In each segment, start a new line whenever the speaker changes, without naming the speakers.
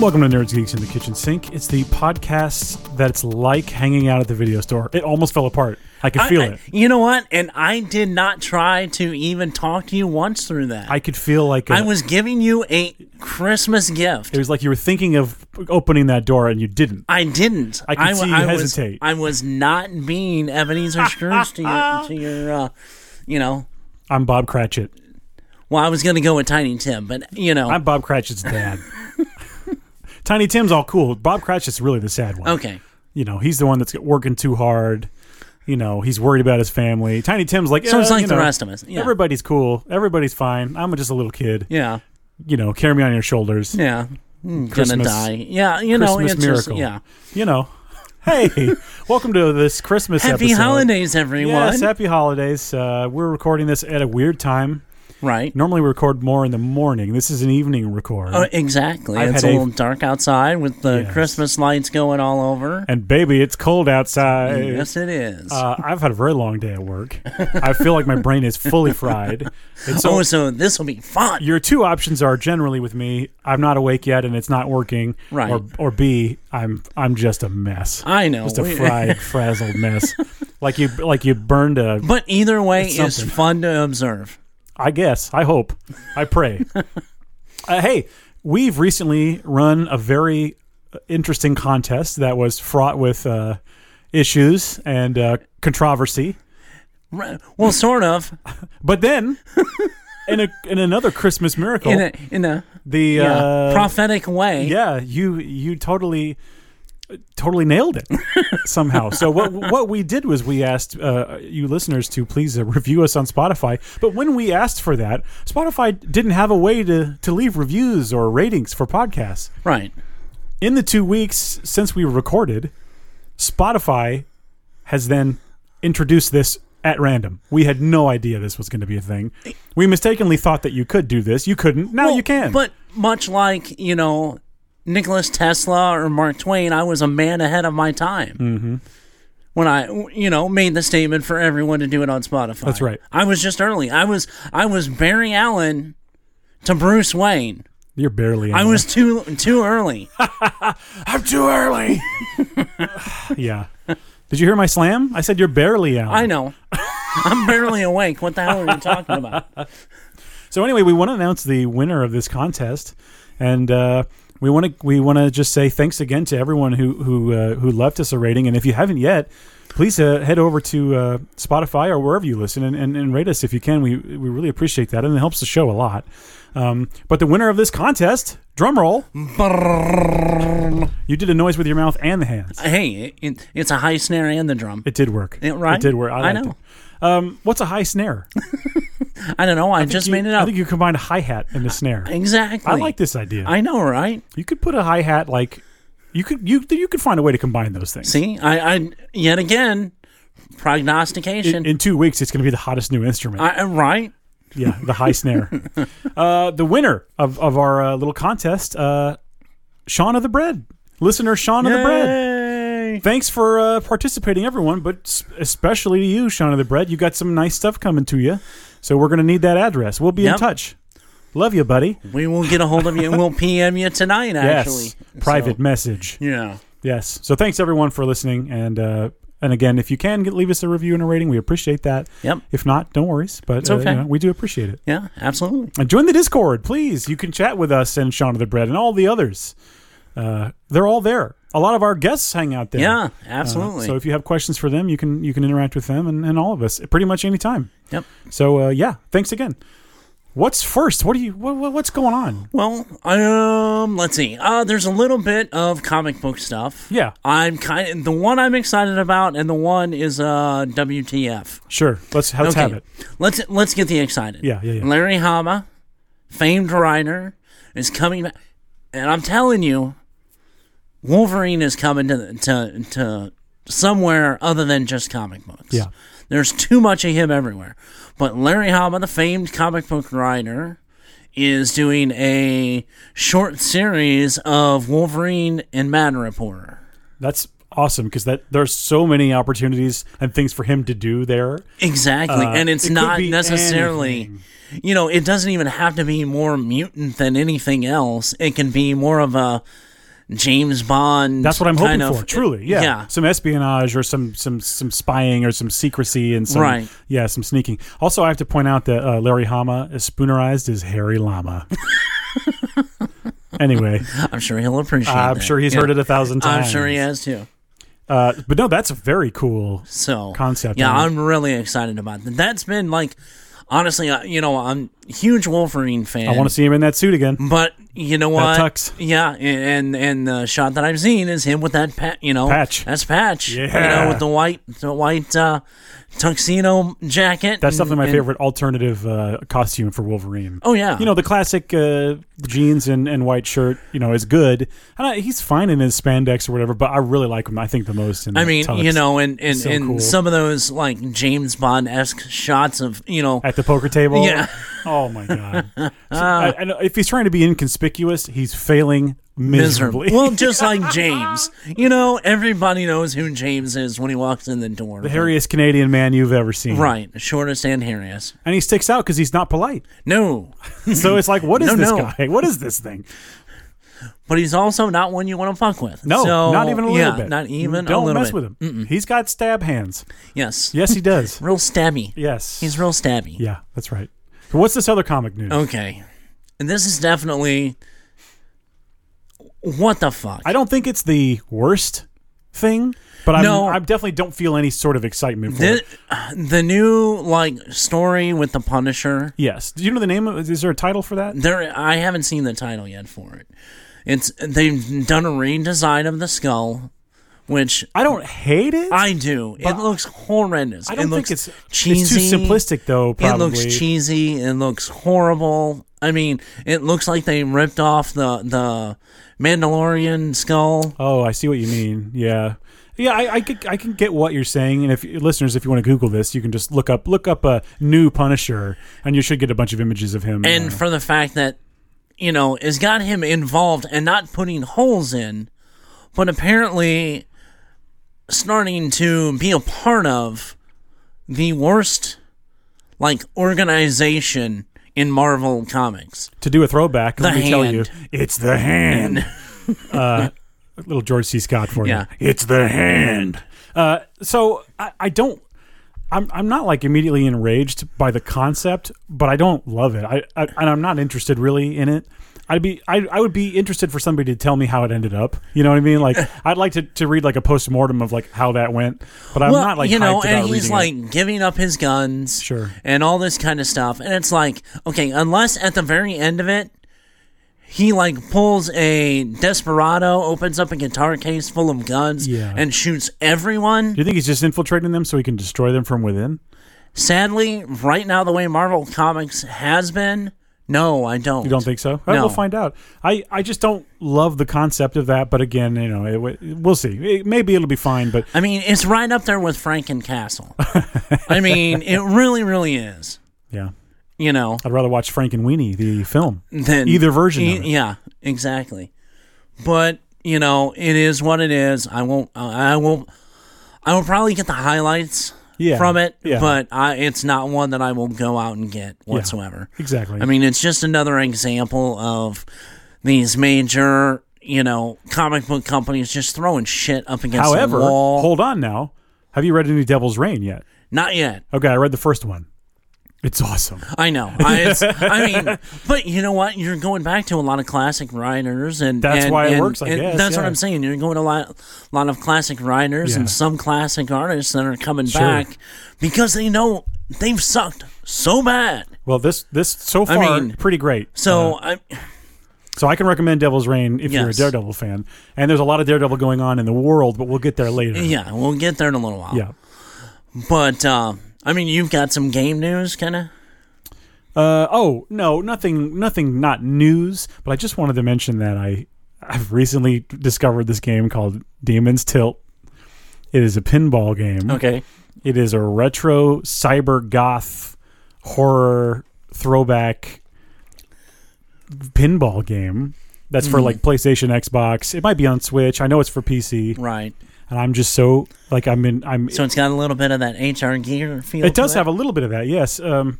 Welcome to Nerds Geeks in the Kitchen Sink. It's the podcast that's like hanging out at the video store. It almost fell apart. I could feel
I-
it.
I- you know what? And I did not try to even talk to you once through that.
I could feel like a,
I was giving you a Christmas gift.
It was like you were thinking of opening that door and you didn't.
I didn't.
I could
w-
see you
was-
hesitate.
I was not being Ebenezer Scrooge to your, to your uh, you know.
I'm Bob Cratchit.
Well, I was going to go with Tiny Tim, but you know.
I'm Bob Cratchit's dad. Tiny Tim's all cool. Bob Cratchit's really the sad one.
okay.
You know, he's the one that's working too hard. You know, he's worried about his family. Tiny Tim's like,
So it's
"Eh,
like
you
the
know,
rest of us. Yeah.
Everybody's cool. Everybody's fine. I'm just a little kid.
yeah.
You know, carry me on your shoulders.
Yeah. Mm, Gonna
Christmas-
die. Yeah. You know.
Christmas
it's
miracle.
Just, yeah.
You know, hey, welcome to this Christmas
Happy
episode.
holidays, everyone.
Yes, happy holidays. Uh, we're recording this at a weird time.
right.
Normally, we record more in the morning. This is an evening record.
Oh, exactly.
I've
it's a
had a-
little dark outside with the
Yes.
Christmas lights going all over.
and baby, it's cold outside.
Yes, it is.
Uh, I've had a very long day at work. I feel like my brain is fully fried. And so,
oh, so this will be fun.
your two options are generally with me: I'm not awake yet, and it's not working.
Right.
Or, or B, I'm I'm just a mess,
I know.
just a
We-
fried, frazzled mess. Like you, like you burned a
But either way is
something.
fun to observe.
I guess. I hope. I pray. uh, hey, we've recently run a very uh, interesting contest that was fraught with uh, issues and uh, controversy.
Right. Well, sort of.
But then, in a in another Christmas miracle,
In a, in a
the
yeah,
uh,
prophetic way.
yeah, you you totally totally nailed it somehow. so what what we did was we asked uh, you listeners to please uh, review us on Spotify. But when we asked for that, Spotify didn't have a way to to leave reviews or ratings for podcasts.
Right.
In the 2 weeks since we recorded, Spotify has then introduced this at random. We had no idea this was going to be a thing. We mistakenly thought that you could do this. You couldn't. Now you can.
But much like, you know, Nicholas Tesla or Mark Twain, I was a man ahead of my time. Mm-hmm. When I, you know, made the statement for everyone to do it on Spotify.
That's right.
I was just early. I was, I was Barry Allen to Bruce Wayne.
You're barely.
I
in
was too, too early.
I'm too early. yeah. Did you hear my slam? I said you're barely out.
I know. I'm barely awake. What the hell are you talking about?
So anyway, we want to announce the winner of this contest, and uh, we want to we want to just say thanks again to everyone who who uh, who left us a rating. And if you haven't yet, please uh, head over to uh, Spotify or wherever you listen and, and, and rate us if you can. We we really appreciate that, and it helps the show a lot. Um, but the winner of this contest, drum roll, you did a noise with your mouth and the hands.
Hey, it, it's a high snare and the drum.
It did work.
It- right?
It did work. I,
I
liked
know.
it. Um, what's a high snare?
I don't know. I, just
You-
made it
I
up.
think you combined a hi hat and a snare.
exactly.
I like this idea.
I know, right?
you could put a hi hat like you could you you could find a way to combine those things.
See, I, I yet again prognostication.
in, in two weeks, it's going to be the hottest new instrument.
I, uh, right?
yeah, the high snare. Uh, the winner of of our uh, little contest, uh, Shauna the Bread listener, Shauna the Bread.
Bread.
Thanks for uh, participating, everyone, but s- especially to you, Shauna the Bread. You got some nice stuff coming to you, so we're going to need that address. We'll be in
Yep.
touch. Love you, buddy.
We will get a hold of you and we'll PM you tonight. Actually,
Yes, private
So,
message.
yeah.
Yes. So thanks everyone for listening, and uh, and again, if you can get, leave us a review and a rating, we appreciate that.
Yep.
If not, don't worries, but uh, you
okay.
know, we do appreciate it.
Yeah. Absolutely.
And join the Discord, please. You can chat with us and Shaun of the Bread and all the others. Uh, they're all there. A lot of our guests hang out there.
Yeah.
Uh,
Absolutely.
so if you have questions for them, you can you can interact with them and, and all of us pretty much any time.
yep.
So uh, yeah, thanks again. What's first? What do you what, what- what's going on?
Well, um, let's see. Uh, there's a little bit of comic book stuff.
Yeah.
I'm kind of the one I'm excited about, and the one is uh, WTF.
Sure. Let's let's have it.
Let's let's get the excited.
Yeah, yeah, yeah.
Larry Hama, famed writer, is coming back, and I'm telling you, Wolverine is coming to to to somewhere other than just comic books.
Yeah.
There's too much of him everywhere. But Larry Hama, the famed comic book writer, is doing a short series of Wolverine and Mad Reporter.
That's awesome because that there's so many opportunities and things for him to do there.
Exactly.
Uh,
and it's
it could
not
be
necessarily,
anything.
you know, it doesn't even have to be more mutant than anything else. It can be more of a James Bond.
That's what I'm
kind
hoping
of-
for. Truly, yeah.
yeah.
Some espionage or some some some spying or some secrecy and some
Right.
yeah some sneaking. Also, I have to point out that uh, Larry Hama is spoonerized as Harry Lama. anyway,
I'm sure he'll appreciate.
I'm
that.
sure he's
Yeah.
heard it a thousand times.
I'm sure he has too.
Uh, but no, that's a very cool.
So
Concept
Yeah,
art.
I'm really excited about that. That's been like, honestly, uh, you know, I'm a huge Wolverine fan.
I want to see him in that suit again.
But you know what?
That tux.
Yeah, and and the shot that I've seen is him with that pat, you know,
Patch.
That's patch. you
Yeah.
know, with the white the white uh, tuxedo jacket.
That's definitely my
and-
favorite alternative uh, costume for Wolverine.
Oh yeah,
You know, the classic uh, jeans and, and white shirt, you know, is good. And I, he's fine in his spandex or whatever, but I really like him, I think, the most. In
I
the
mean,
tux.
you know, and and,
So
and
cool.
some of those like James Bond esque shots of you know,
At the poker table?
Yeah.
Oh, my God. So, I, I know if he's trying to be inconspicuous, he's failing miserably.
Well, just like James. You know, everybody knows who James is when he walks in the door.
the hairiest Canadian man you've ever seen.
Right. Shortest and hairiest.
And he sticks out because he's not polite.
No.
So it's like, what is
No,
this
no.
guy? What is this thing?
But he's also not one you want to fuck with.
No,
So,
not even a little
yeah,
bit.
Not even
Don't
a little
mess
bit.
with him. He's got stab hands.
Yes.
Yes, he does.
Real stabby.
yes.
He's real stabby.
Yeah, that's right. So what's this other comic news?
Okay. And this is definitely what the fuck?
I don't think it's the worst thing, but I'm,
No.
I definitely don't feel any sort of excitement for
the,
it.
the new like story with the Punisher.
Yes. Do you know the name of Is there a title for that?
There, I haven't seen the title yet for it. It's they've done a redesign of the skull, which
I don't hate it.
I do. It looks horrendous.
I
it
don't think
looks
it's
cheesy.
It's too simplistic, though,
It
probably.
looks cheesy. It looks horrible. I mean, it looks like they ripped off the the Mandalorian skull.
Oh, I see what you mean. Yeah, yeah, I, I, could, I can get what you're saying. And if listeners, if you want to Google this, you can just look up look up a new Punisher, and you should get a bunch of images of him. uh,
and for the fact that you know it's got him involved and not putting holes in but apparently starting to be a part of the worst like organization in marvel comics
to do a throwback, let
The
me tell you,
hand.
it's the hand. uh, little George C. Scott for
Yeah.
you. It's the hand. Uh, so I, I don't. I'm, I'm not like immediately enraged by the concept, but I don't love it. I, I and I'm not interested really in it. I'd be I, I would be interested for somebody to tell me how it ended up. You know what I mean? Like I'd like to, to read like a post mortem of like how that went. But I'm
well,
not like
you know
hyped about
and he's
reading it.
like giving up his guns
Sure.
and all this kind of stuff and it's like okay unless at the very end of it he like pulls a desperado opens up a guitar case full of guns
Yeah.
and shoots everyone
Do you think he's just infiltrating them so he can destroy them from within?
sadly right now the way marvel comics has been no i don't
You don't think so? Well,
No.
We'll find out. I, I just don't love the concept of that, but again, you know, it, w- we'll see. It- maybe it'll be fine, but
i mean it's right up there with franken castle i mean it really really is
yeah,
you know
I'd rather watch Frank and Weenie the film.
than
Either version of it.
Yeah, exactly. But you know, it is what it is. I won't. Uh, I won't. I will probably get the highlights
Yeah,
from it,
yeah.
but I, it's not one that I will go out and get whatsoever.
Exactly.
I mean, it's just another example of these major, you know, comic book companies just throwing shit up against
however,
the wall.
hold on now. Have you read any Devil's Rain yet?
not yet.
Okay, I read the first one. It's awesome.
I know. I, it's, I mean, but you know what? You're going back to a lot of classic writers, and
That's
and-
why it
and-
works, I
and
guess,
that's what
yeah.
I'm saying. You're going to a lot, lot of classic writers
Yeah.
and some classic artists that are coming back because they know they've sucked so bad.
Well, this this so
I
far
mean-
pretty great.
So
Uh-huh.
I,
So I can recommend Devil's Rain if you're a
Yes.
Daredevil fan. And there's a lot of Daredevil going on in the world, but we'll get there later.
yeah, we'll get there in a little while.
Yeah.
But uh, I mean, you've got some game news, kind of.
Uh, oh no, nothing, nothing, not news. But I just wanted to mention that I I've recently discovered this game called Demon's Tilt. It is a pinball game.
Okay.
It is a retro cyber goth horror throwback pinball game. That's
Mm.
for like PlayStation, Xbox. It might be on Switch. I know it's for PC,
Right.
and I'm just so like I'm in. I'm
So it's got a little bit of that HR gear feel.
it does have a little bit of that, yes. Um,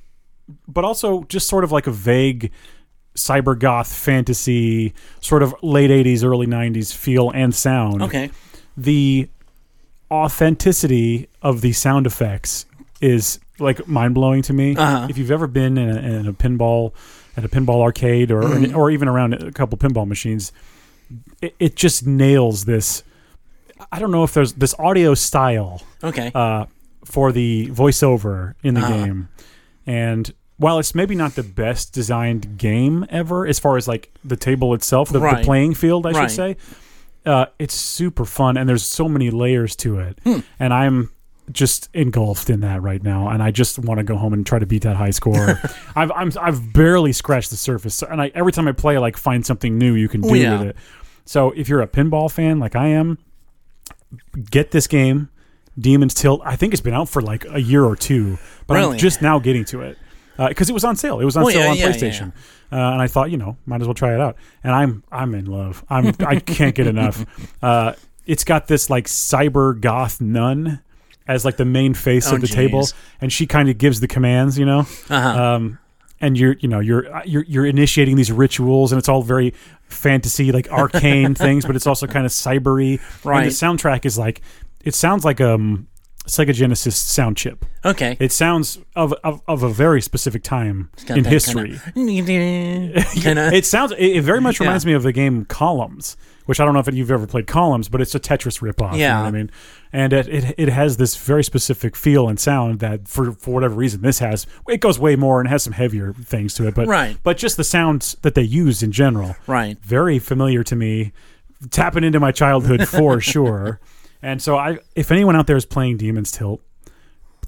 but also just sort of like a vague cyber goth fantasy sort of late 80s early 90s feel and sound
Okay.
the authenticity of the sound effects is like mind blowing to me.
Uh-huh.
If you've ever been in a, in a pinball at a pinball arcade or
Mm-hmm.
or even around a couple pinball machines, it, it just nails this. I don't know if there's this audio style
Okay.
uh, for the voiceover in the
Uh-huh.
game. And while it's maybe not the best designed game ever, as far as like the table itself, the,
Right.
the playing field, I
Right.
should say, uh, it's super fun and there's so many layers to it.
Hmm.
And I'm just engulfed in that right now, and I just want to go home and try to beat that high score. I've I'm, I've barely scratched the surface, so- and I every time I play, I like find something new you can do
Oh, yeah.
with it. So if you're a pinball fan like I am, get this game, Demon's Tilt. I think it's been out for like a year or two, but
Really?
I'm just now getting to it because it was on sale. It was on
Well,
sale
yeah,
on
yeah, yeah,
PlayStation, Uh, and I thought you know might as well try it out. And I'm I'm in love. I'm I can't get enough. Uh, it's got this like cyber goth nun as like the main face
Oh,
of the
geez.
table, and she kind of gives the commands, you know.
Uh-huh.
Um, and you're you know you're you're you're initiating these rituals, and it's all very fantasy like arcane things, but it's also kind of cybery.
Right.
And the soundtrack is like it sounds like um Sega Genesis sound chip.
okay.
It sounds of of, of a very specific time
Got
in
that
history.
Kinda, kinda,
It sounds. It, it very much
Yeah.
reminds me of the game Columns, which I don't know if you've ever played Columns, but it's a Tetris ripoff. you know
Yeah.
what I mean, and it, it it has this very specific feel and sound that for for whatever reason this has. It goes way more and has some heavier things to it, but
Right.
But just the sounds that they use in general,
right.
very familiar to me, tapping into my childhood for sure. And so I, if anyone out there is playing Demon's Tilt.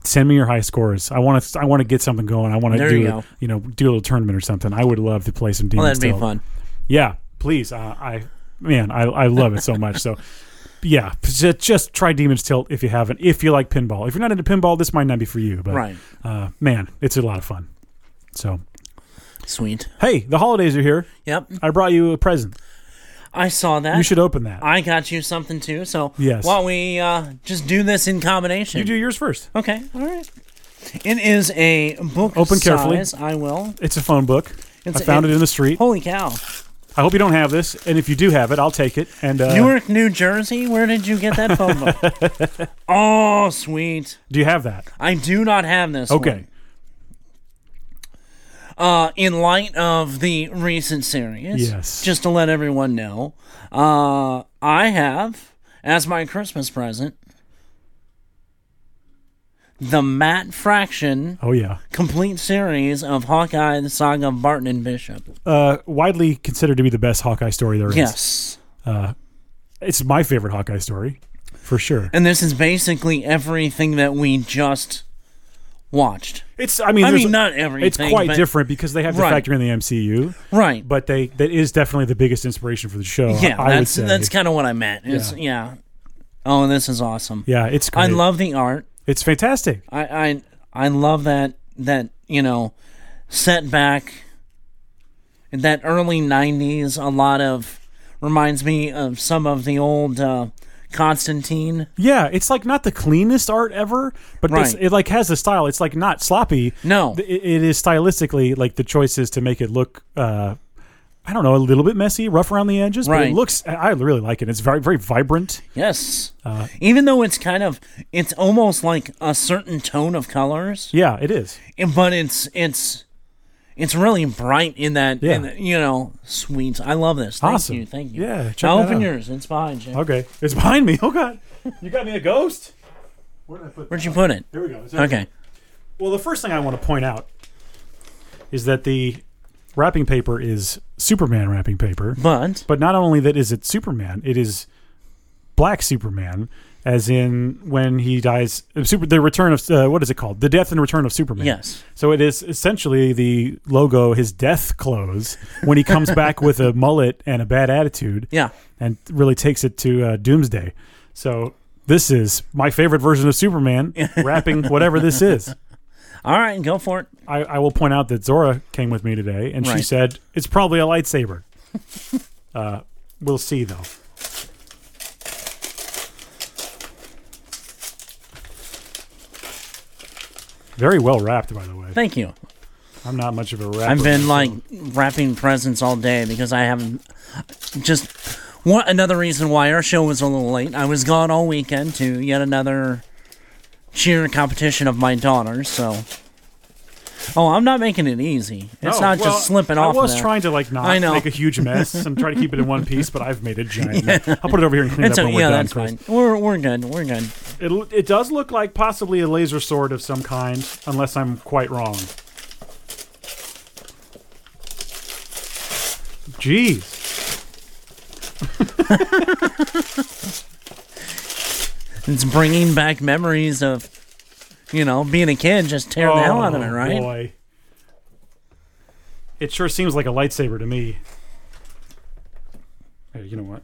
Send me your high scores. I want to. I want to get something going. I want to
There
do,
you
a-
go.
you know, do a little tournament or something. I would love to play some Demon's
Well, that'd be
Tilt.
fun.
Yeah, please. Uh, I man, I, I love it so much. So yeah, just, just try Demon's Tilt if you haven't. If you like pinball, if you're not into pinball, this might not be for you. But
Right.
uh, man, it's a lot of fun. So
Sweet.
hey, the holidays are here.
Yep.
I brought you a present.
I saw that.
You should open that.
I got you something too. So
Yes.
why don't we uh, just do this in combination?
you do yours first.
Okay. All right. It is a book.
Open carefully.
size. I will.
It's a phone book.
It's-
I found
it-
it in the street.
Holy cow!
I hope you don't have this, and if you do have it, I'll take it. And uh,
Newark, New Jersey. Where did you get that phone book? oh, sweet.
do you have that?
I do not have this. one.
Okay.
Uh, in light of the recent series,
Yes.
Just to let everyone know, uh, I have as my Christmas present the Matt Fraction
Oh yeah.
complete series of Hawkeye: The Saga of Barton and Bishop.
Uh, widely considered to be the best Hawkeye story there is.
Yes.
It's my favorite Hawkeye story, for sure.
And this is basically everything that we just watched.
It's. I mean,
I
there's-
mean, not everything.
It's quite
but-
different because they have to
Right.
factor in the MCU,
Right.
but they that is definitely the biggest inspiration for the show.
yeah,
I, I would
that's
say.
that's kind of what I meant. It's, yeah. Oh, this is awesome.
yeah, it's great.
I love the art.
it's fantastic.
I, I I love that that you know setback in that early '90s. A lot of reminds me of some of the old uh, Constantine.
Yeah, it's like not the cleanest art ever, but
Right.
it's, it like has the style. It's like not sloppy.
No.
Th- it, it is stylistically like the choices to make it look. Uh, I don't know, a little bit messy, rough around the edges, but
Right.
it looks. I- I really like it. It's very, very vibrant.
Yes.
Uh.
Even though it's kind of, it's almost like a certain tone of colors,
Yeah, it is.
and- but it's it's it's really bright in that. in
Yeah.
the- you know, sweet. I love this. Thank
Awesome.
you. Thank you.
Yeah, check
Now
that
open
out.
yours. It's behind you.
Okay, it's behind me. Oh God, you got me a ghost. Where did I put?
Where'd you put it?
Here we go. It's
Okay.
Well, the first thing I want to point out is that the wrapping paper is Superman wrapping paper.
But
But not only that is it Superman, it is Black Superman, as in when he dies. uh, Super, the return of uh, what is it called? The death and return of Superman.
Yes.
So it is essentially the logo, his death clothes, when he comes back with a mullet and a bad attitude
yeah,
and really takes it to uh, Doomsday. So this is my favorite version of Superman wrapping whatever this is.
all right, go for it.
I, I will point out that Zora came with me today, and she
Right.
said it's probably a lightsaber. uh, we'll see though. Very well wrapped, by the way.
Thank you.
I'm not much of a rapper.
I've been like wrapping presents all day because I haven't just one another reason why our show was a little late. I was gone all weekend to yet another cheer competition of my daughter's. So, oh, I'm not making it easy. It's
Oh,
not
well,
just slipping off.
I
of
was
that.
trying to like not
I know.
make a huge mess and try to keep it in one piece, but I've made a giant. mess. I'll put it over here and clean
It's
it up
a,
when we're
yeah,
done.
that's
Chris.
fine. We're we're good. We're good.
It l- it does look like possibly a laser sword of some kind, unless I'm quite wrong. Jeez,
It's bringing back memories of, you know, being a kid, just tearing the hell out of it,
Oh,
right?
Boy, it sure seems like a lightsaber to me. Hey, you know what?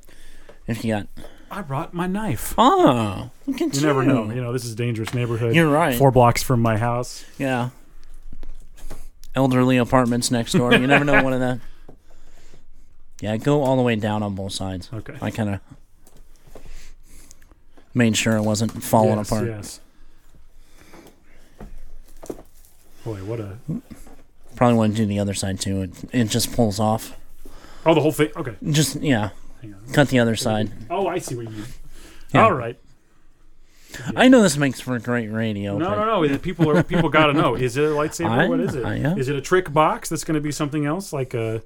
If you got
I brought my knife.
oh, look at
You never know. You know this is a dangerous neighborhood.
You're right.
Four blocks from my house.
Yeah. Elderly apartments next door. You never know one of that. Yeah, go all the way down on both sides.
Okay.
I kind of made sure it wasn't falling
yes,
apart.
Yes. Boy, what a
Probably want to do the other side too. It, it just pulls off.
oh the whole thing. Okay,
Just yeah,
hang on.
cut the other side.
Oh, I see what you mean.
Yeah.
All right.
I know this makes for great radio.
No,
but
no, no. it- People are people got to know. Is it a lightsaber?
I-
what is it? Is
I am.
it a trick box that's going to be something else, like a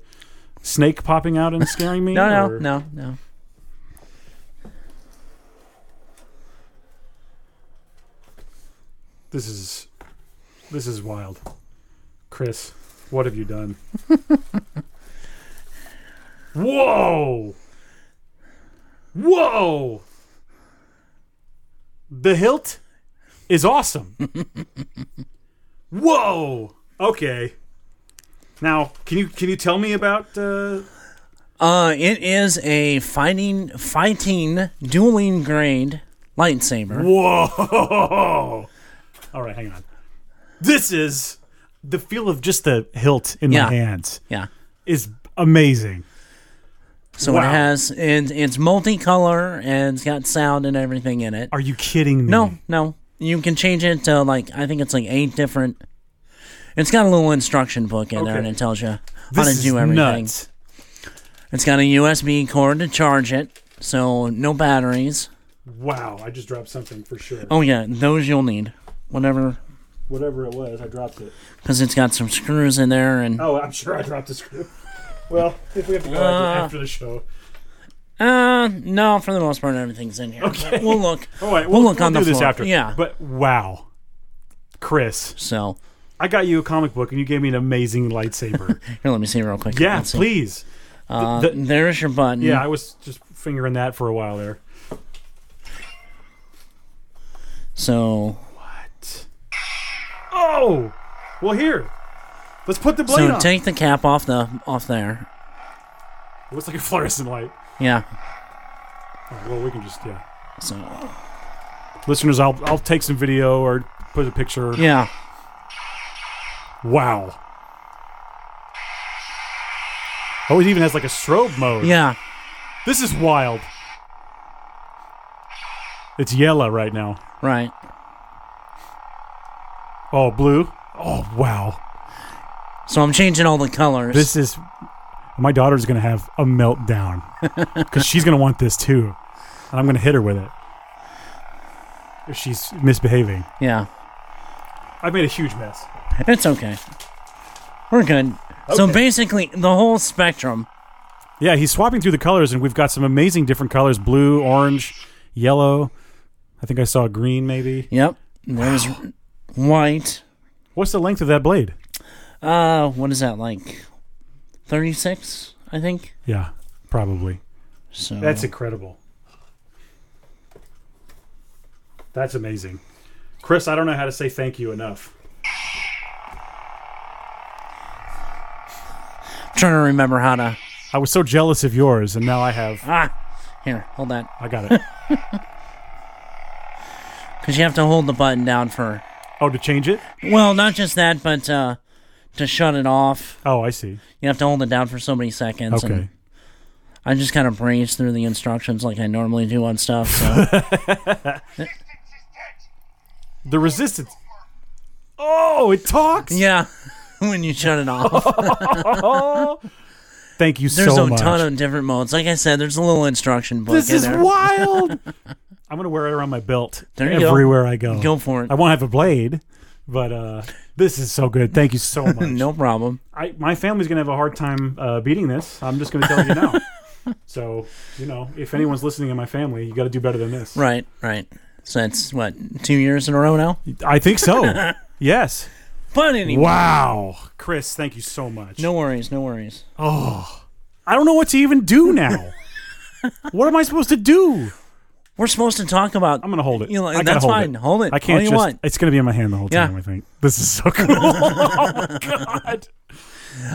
snake popping out and scaring me?
no, no,
or-
no, no.
This is this is wild, Chris. What have you done? Whoa! Whoa! The hilt is awesome. Whoa! Okay. Now, can you can you tell me about? Uh,
Uh, it is a fighting, fighting, dueling grade lightsaber.
whoa! All right, hang on. This is the feel of just the hilt in
Yeah.
my hands.
Yeah.
is amazing.
So it
Wow.
has and it's multicolor and it's got sound and everything in it.
Are you kidding me?
No, no. You can change it to like I think it's like eight different it's got a little instruction book in there
Okay.
and it tells you
this
how to
is
do everything.
nuts.
It's got a USB cord to charge it, so no batteries.
Wow, I just dropped something for sure.
Oh yeah, those you'll need. Whatever
Whatever it was, I dropped it.
because it's got some screws in there and
Oh, I'm sure I dropped a screw. Well, if we have to go after- after the show.
uh no, for the most part everything's in here.
Okay.
We'll look.
All right,
We'll
we'll,
look on
we'll
the
do this
floor.
after.
Yeah.
But wow. Chris,
So
I got you a comic book and you gave me an amazing lightsaber.
here let me see real quick.
yeah,
Let's see.
please.
Uh,
The- the-
there's your button.
yeah, I was just fingering that for a while there.
So
What? Oh! Well, here. Let's put the blade
So
on.
take the cap off the off there.
it looks like a fluorescent light.
Yeah.
All right, well, we can just, yeah.
So
listeners i'll i'll take some video or put a picture
yeah.
wow oh it even has like a strobe mode
Yeah.
this is wild it's yellow right now
Right.
oh blue oh wow
So I'm changing all the colors.
this is my daughter's gonna have a meltdown because she's gonna want this too and i'm gonna hit her with it if she's misbehaving
yeah.
i've made a huge mess
It's okay. We're good. So
Okay.
basically the whole spectrum.
Yeah, he's swapping through the colors, and we've got some amazing different colors: blue, orange, yellow. I think I saw green, maybe.
Yep. There's white.
What's the length of that blade?
Uh what is that like? Thirty six, I think.
Yeah, probably.
So
That's incredible. That's amazing, Chris. I don't know how to say thank you enough.
trying to remember how to
I was so jealous of yours, and now I have.
Ah here, hold that.
I got it.
Because you have to hold the button down for
oh, to change it?
well, not just that, but uh to shut it off.
Oh, I see.
You have to hold it down for so many seconds and
Okay.
I just kind of breeze through the instructions like I normally do on stuff. So
The resistance. Oh, it talks.
yeah, when you shut it off.
Thank you
There's
Oh, so
a
much.
ton of different modes. Like I said, there's a little instruction book
this
in
is
there.
wild. I'm gonna wear it around my belt
There you go.
everywhere I go.
Go for it.
I won't have a blade, but uh, this is so good. Thank you so much.
no problem.
I, my family's gonna have a hard time uh, beating this. I'm just gonna tell you now. so you know, if anyone's listening in my family, you got to do better than this.
Right, right. So that's what two years in a row now.
I think so. yes.
But anyway,
Wow, Chris, thank you so much.
no worries, no worries.
I don't know what to even do now. what am I supposed to do?
We're supposed to talk about.
I'm gonna hold it.
You know,
I gotta
that's
hold
fine.
It.
Hold it.
I can't
All you
just.
want.
It's gonna be in my hand the whole
Yeah.
time. I think this is so cool. oh my god.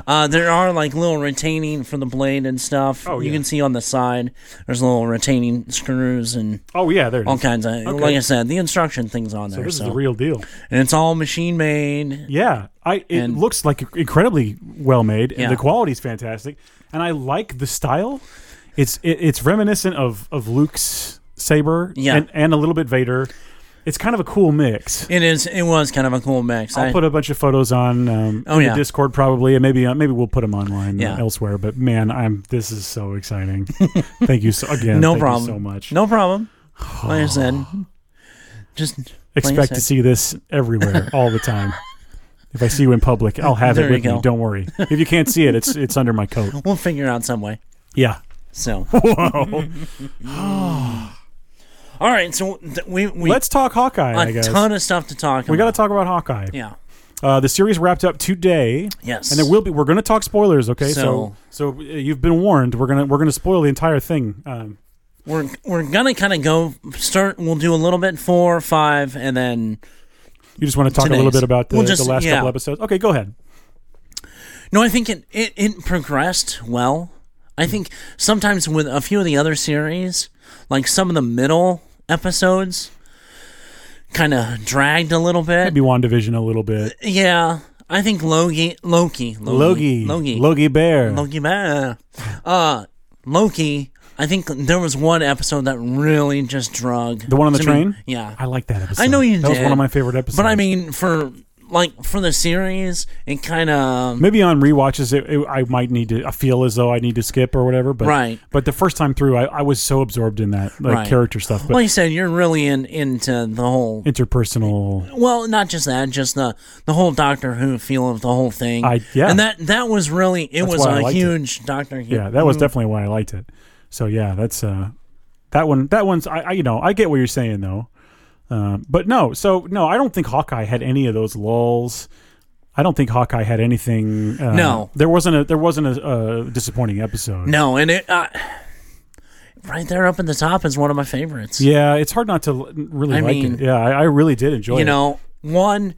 Uh, there are like little retaining for the blade and stuff.
Oh,
You
yeah.
can see on the side. There's little retaining screws and
Oh yeah, there. It
all
is.
kinds of. Like I said, the instruction things on
So
there.
this
So,
is the real deal.
and it's all machine made.
Yeah, I. It
And-
looks like incredibly well made.
Yeah.
and The quality's fantastic, and I like the style. It's it, it's reminiscent of of Luke's saber.
Yeah.
and, and a little bit Vader. It's kind of a cool mix.
It is. It was kind of a cool mix.
I'll
I-
put a bunch of photos on um,
Oh,
in
yeah.
the Discord probably, and maybe uh, maybe we'll put them online uh,
Yeah.
elsewhere. But man, I'm this is so exciting. thank you so again.
no
thank you
problem.
so much.
No problem. Like I said, just like I
Expect
said.
to see this everywhere all the time. If I see you in public, I'll have
There
it
you
with me.
go.
Don't worry. If you can't see it, it's it's under my coat.
We'll figure out some way.
Yeah.
So,
Whoa.
all right. So th- we we
Let's talk Hawkeye. I
a
guess
ton of stuff to talk about.
we got to talk about Hawkeye.
yeah.
Uh, the series wrapped up today.
Yes.
And there will be. We're going to talk spoilers, okay?
So-
So, so, uh, you've been warned. We're gonna we're gonna spoil the entire thing. Um,
we're we're gonna kind of go start. We'll do a little bit four, five, and then
You just want to talk a little
Today's.
bit about the,
We'll just-
the last
yeah.
couple episodes? Okay, go ahead.
no. I think it it, it progressed well. I
Hmm.
think sometimes with a few of the other series, like some of the middle episodes, kind of dragged a little bit.
Maybe WandaVision a little bit.
Yeah, I think Loki, Loki,
Logie.
Loki, Loki,
Logie Bear.
Loki, bah. uh, Loki. I think there was one episode that really just drug
The one on the
to me.
train?
yeah,
I like that episode.
I know you
That was
did,
one of my favorite episodes.
But I mean, for like for the series, it kind of
maybe on rewatches, it, it, I might need to. I feel as though I need to skip or whatever. But
Right.
But the first time through, I, I was so absorbed in that like
Right.
character stuff, but
like you said, you're really in into the whole.
interpersonal.
Well, not just that, just the the whole Doctor Who feel of the whole thing.
I- yeah.
and that that was really it was
why I
a
liked it.
huge Doctor Who.
Yeah, that was definitely why I liked it. So yeah, that's uh, that one. That one's I, I you know I get what you're saying though. Um, but no, so no, I don't think Hawkeye had any of those lulls. I don't think Hawkeye had anything. Uh,
No.
there wasn't a there wasn't a, uh disappointing episode.
no, and it uh, right there up at the top is one of my favorites.
Yeah, it's hard not to l- really
I
like
mean-
it. Yeah, I, I really did enjoy
you
it.
know, one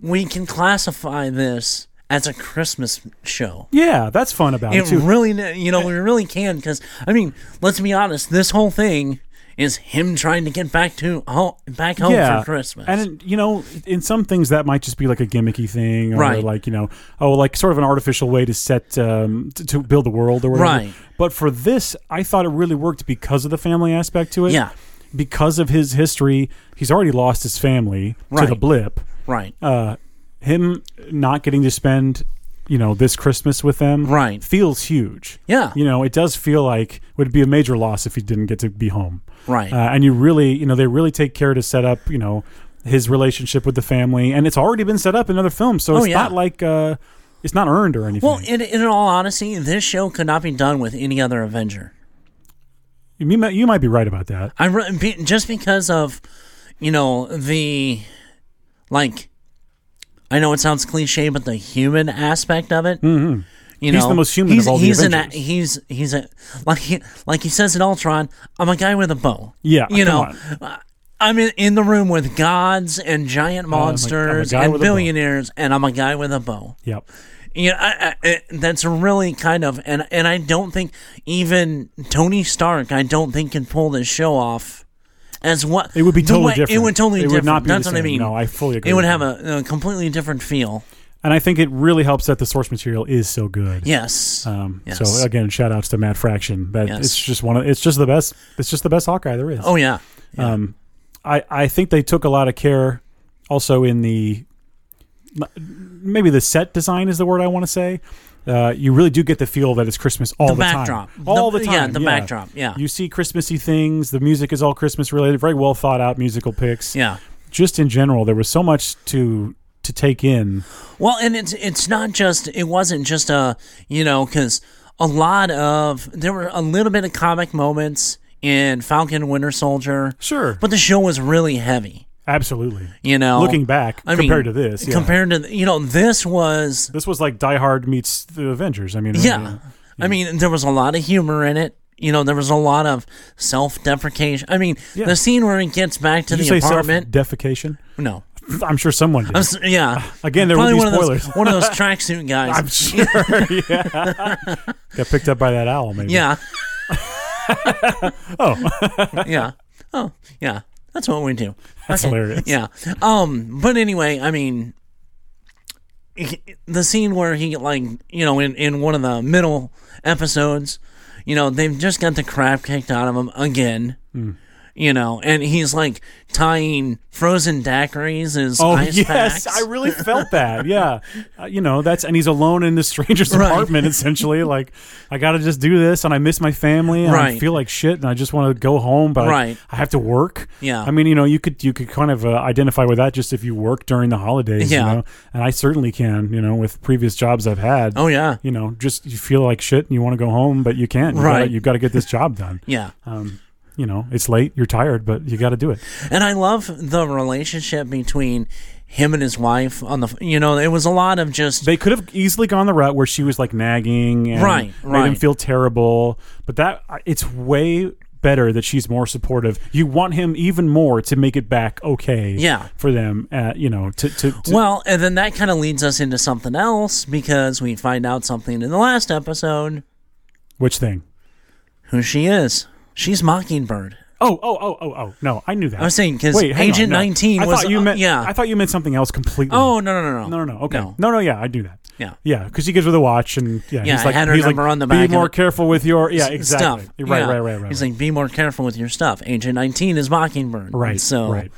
we can classify this as a Christmas show.
yeah, that's fun about it,
It
too.
really, ne- you know, we really can because I mean, let's be honest. This whole thing is him trying to get back to home, back home
yeah,
Oh, for Christmas.
and you know, in some things that might just be like a gimmicky thing, or
Right.
like you know, oh, like sort of an artificial way to set um, to, to build the world or whatever.
Right.
But for this, I thought it really worked because of the family aspect to it.
Yeah.
because of his history, he's already lost his family to the
Right.
blip.
right,
Uh, him not getting to spend, you know, this Christmas with them,
Right.
feels huge.
Yeah.
you know, it does feel like would be a major loss if he didn't get to be home.
right,
Uh, and you really, you know, they really take care to set up, you know, his relationship with the family, and it's already been set up in other films, so
Oh,
it's
yeah.
not like uh, it's not earned or anything.
Well, in, in all honesty, this show could not be done with any other Avenger.
you, might, you might be right about that.
I re- be- just because of you know the like. I know it sounds cliche, but the human aspect of it. Mm-hmm. You
He's
know,
the most human of
he's,
all the
he's an a-
Avengers.
he's he's a like he, like he says in Ultron. I'm a guy with a bow.
Yeah,
you
come
know,
on.
uh, I'm in, in the room with gods and
Oh,
giant monsters
guy
and
with a bow.
billionaires, and I'm a guy with a bow.
Yep.
You know, I, I, I- that's really kind of, and and I don't think even Tony Stark, I don't think can pull this show off as what
It would be
the
totally
way-
different.
It would totally
It would
different.
not be the
that's what I
same.
mean.
No, I fully agree
It would
with
have
you.
a, a completely different feel.
And I think it really helps that the source material is so good.
Yes.
Um,
Yes.
So again, shout outs to Matt Fraction. That
Yes.
it's just one of it's just the best. It's just the best Hawkeye there is.
oh yeah.
Um, I I think they took a lot of care also in the maybe the set design is the word I want to say. Uh, you really do get the feel that it's Christmas all the,
The backdrop.
time, all
The-
the, time.
yeah, the backdrop, yeah.
you see Christmassy things. The music is all Christmas related. Very well thought out musical picks.
Yeah.
just in general, there was so much to to take in.
Well, and it's it's not just it wasn't just a you know because a lot of there were a little bit of comic moments in Falcon Winter Soldier,
Sure,
but the show was really heavy.
absolutely.
You know,
Looking back,
I mean,
compared to this, yeah.
compared to you know this was
this was like Die Hard meets the Avengers. I mean,
yeah. I mean, there was a lot of humor in it. You know, there was a lot of self-deprecation. I mean,
Yeah.
the scene where he gets back to
Did you
the
say self
apartment.
defecation?
no,
I'm sure someone did.
I'm s- yeah.
Again, there
Probably
will be
one
spoilers.
of those one of those tracksuit guys.
I'm sure. yeah, got picked up by that owl. Maybe.
Yeah. oh. yeah. Oh, yeah. That's what we do.
that's hilarious.
Yeah. Um, but anyway, I mean he- the scene where he like, you know, in in one of the middle episodes, you know, they've just got the crap kicked out of him again.
Hmm.
You know, and he's like tying frozen daiquiris as
Oh
ice
yes,
packs.
I really felt that. Yeah, uh, you know that's and he's alone in this stranger's
Right.
apartment. Essentially, like I got to just do this, and I miss my family, and I
Right.
feel like shit, and I just want to go home, but I-
Right.
I, have to work.
Yeah.
I mean, you know, you could you could kind of uh, identify with that just if you work during the holidays.
Yeah.
you know? and I certainly can. You know, with previous jobs I've had.
oh yeah.
You know, just you feel like shit and you want to go home, but you can't. You
Right.
gotta, you've got to get this job done.
Yeah.
Um, you know, it's late, you're tired, but you got to do it.
And I love the relationship between him and his wife on the you know, it was a lot of just
They could have easily gone the route where she was like nagging and
Right,
made him
right.
feel terrible, but that it's way better that she's more supportive. You want him even more to make it back okay
Yeah.
for them, uh, you know, to, to, to
well, and then that kind of leads us into something else because we find out something in the last episode
which thing?
who she is. She's Mockingbird.
Oh, oh, oh, oh, oh. No, I knew that. I
was saying, 'cause
Wait, hang on,
Agent
no.
19
I
was-
thought you
uh,
meant
yeah.
I thought you meant something else completely.
Oh no no no no
Mm. No, no, no. Okay.
No.
No, no, yeah, I do that.
Yeah.
Yeah, because he gives her the watch and yeah,
Yeah,
he's
I
like,
had her
he's
number
like,
on the
Be
back
more
and-
careful with your yeah, exactly.
Stuff.
Right,
Yeah.
right, right, right.
He's
right.
like, be more careful with your stuff. Agent 19 is Mockingbird.
Right,
And so
right.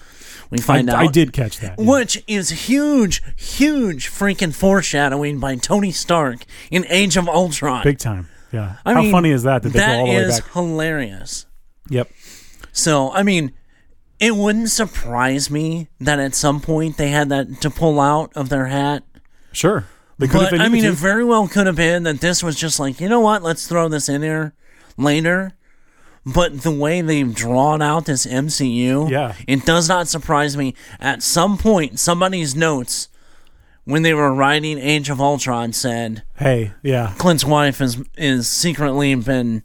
we find out.
I, I did catch that. yeah.
Which is huge, huge freaking foreshadowing by Tony Stark in Age of Ultron.
Big time. Yeah.
I
How
mean,
funny is that that they go all the way
is
back?
hilarious.
Yep.
So, I mean, it wouldn't surprise me that at some point they had that to pull out of their hat.
Sure. They could have
But
been
I mean,
used
it
to.
very well could have been that this was just like, you know what, let's throw this in there later. But the way they've drawn out this MCU,
Yeah.
it does not surprise me. At some point, somebody's notes when they were writing Age of Ultron said
Hey, yeah.
Clint's wife is is secretly been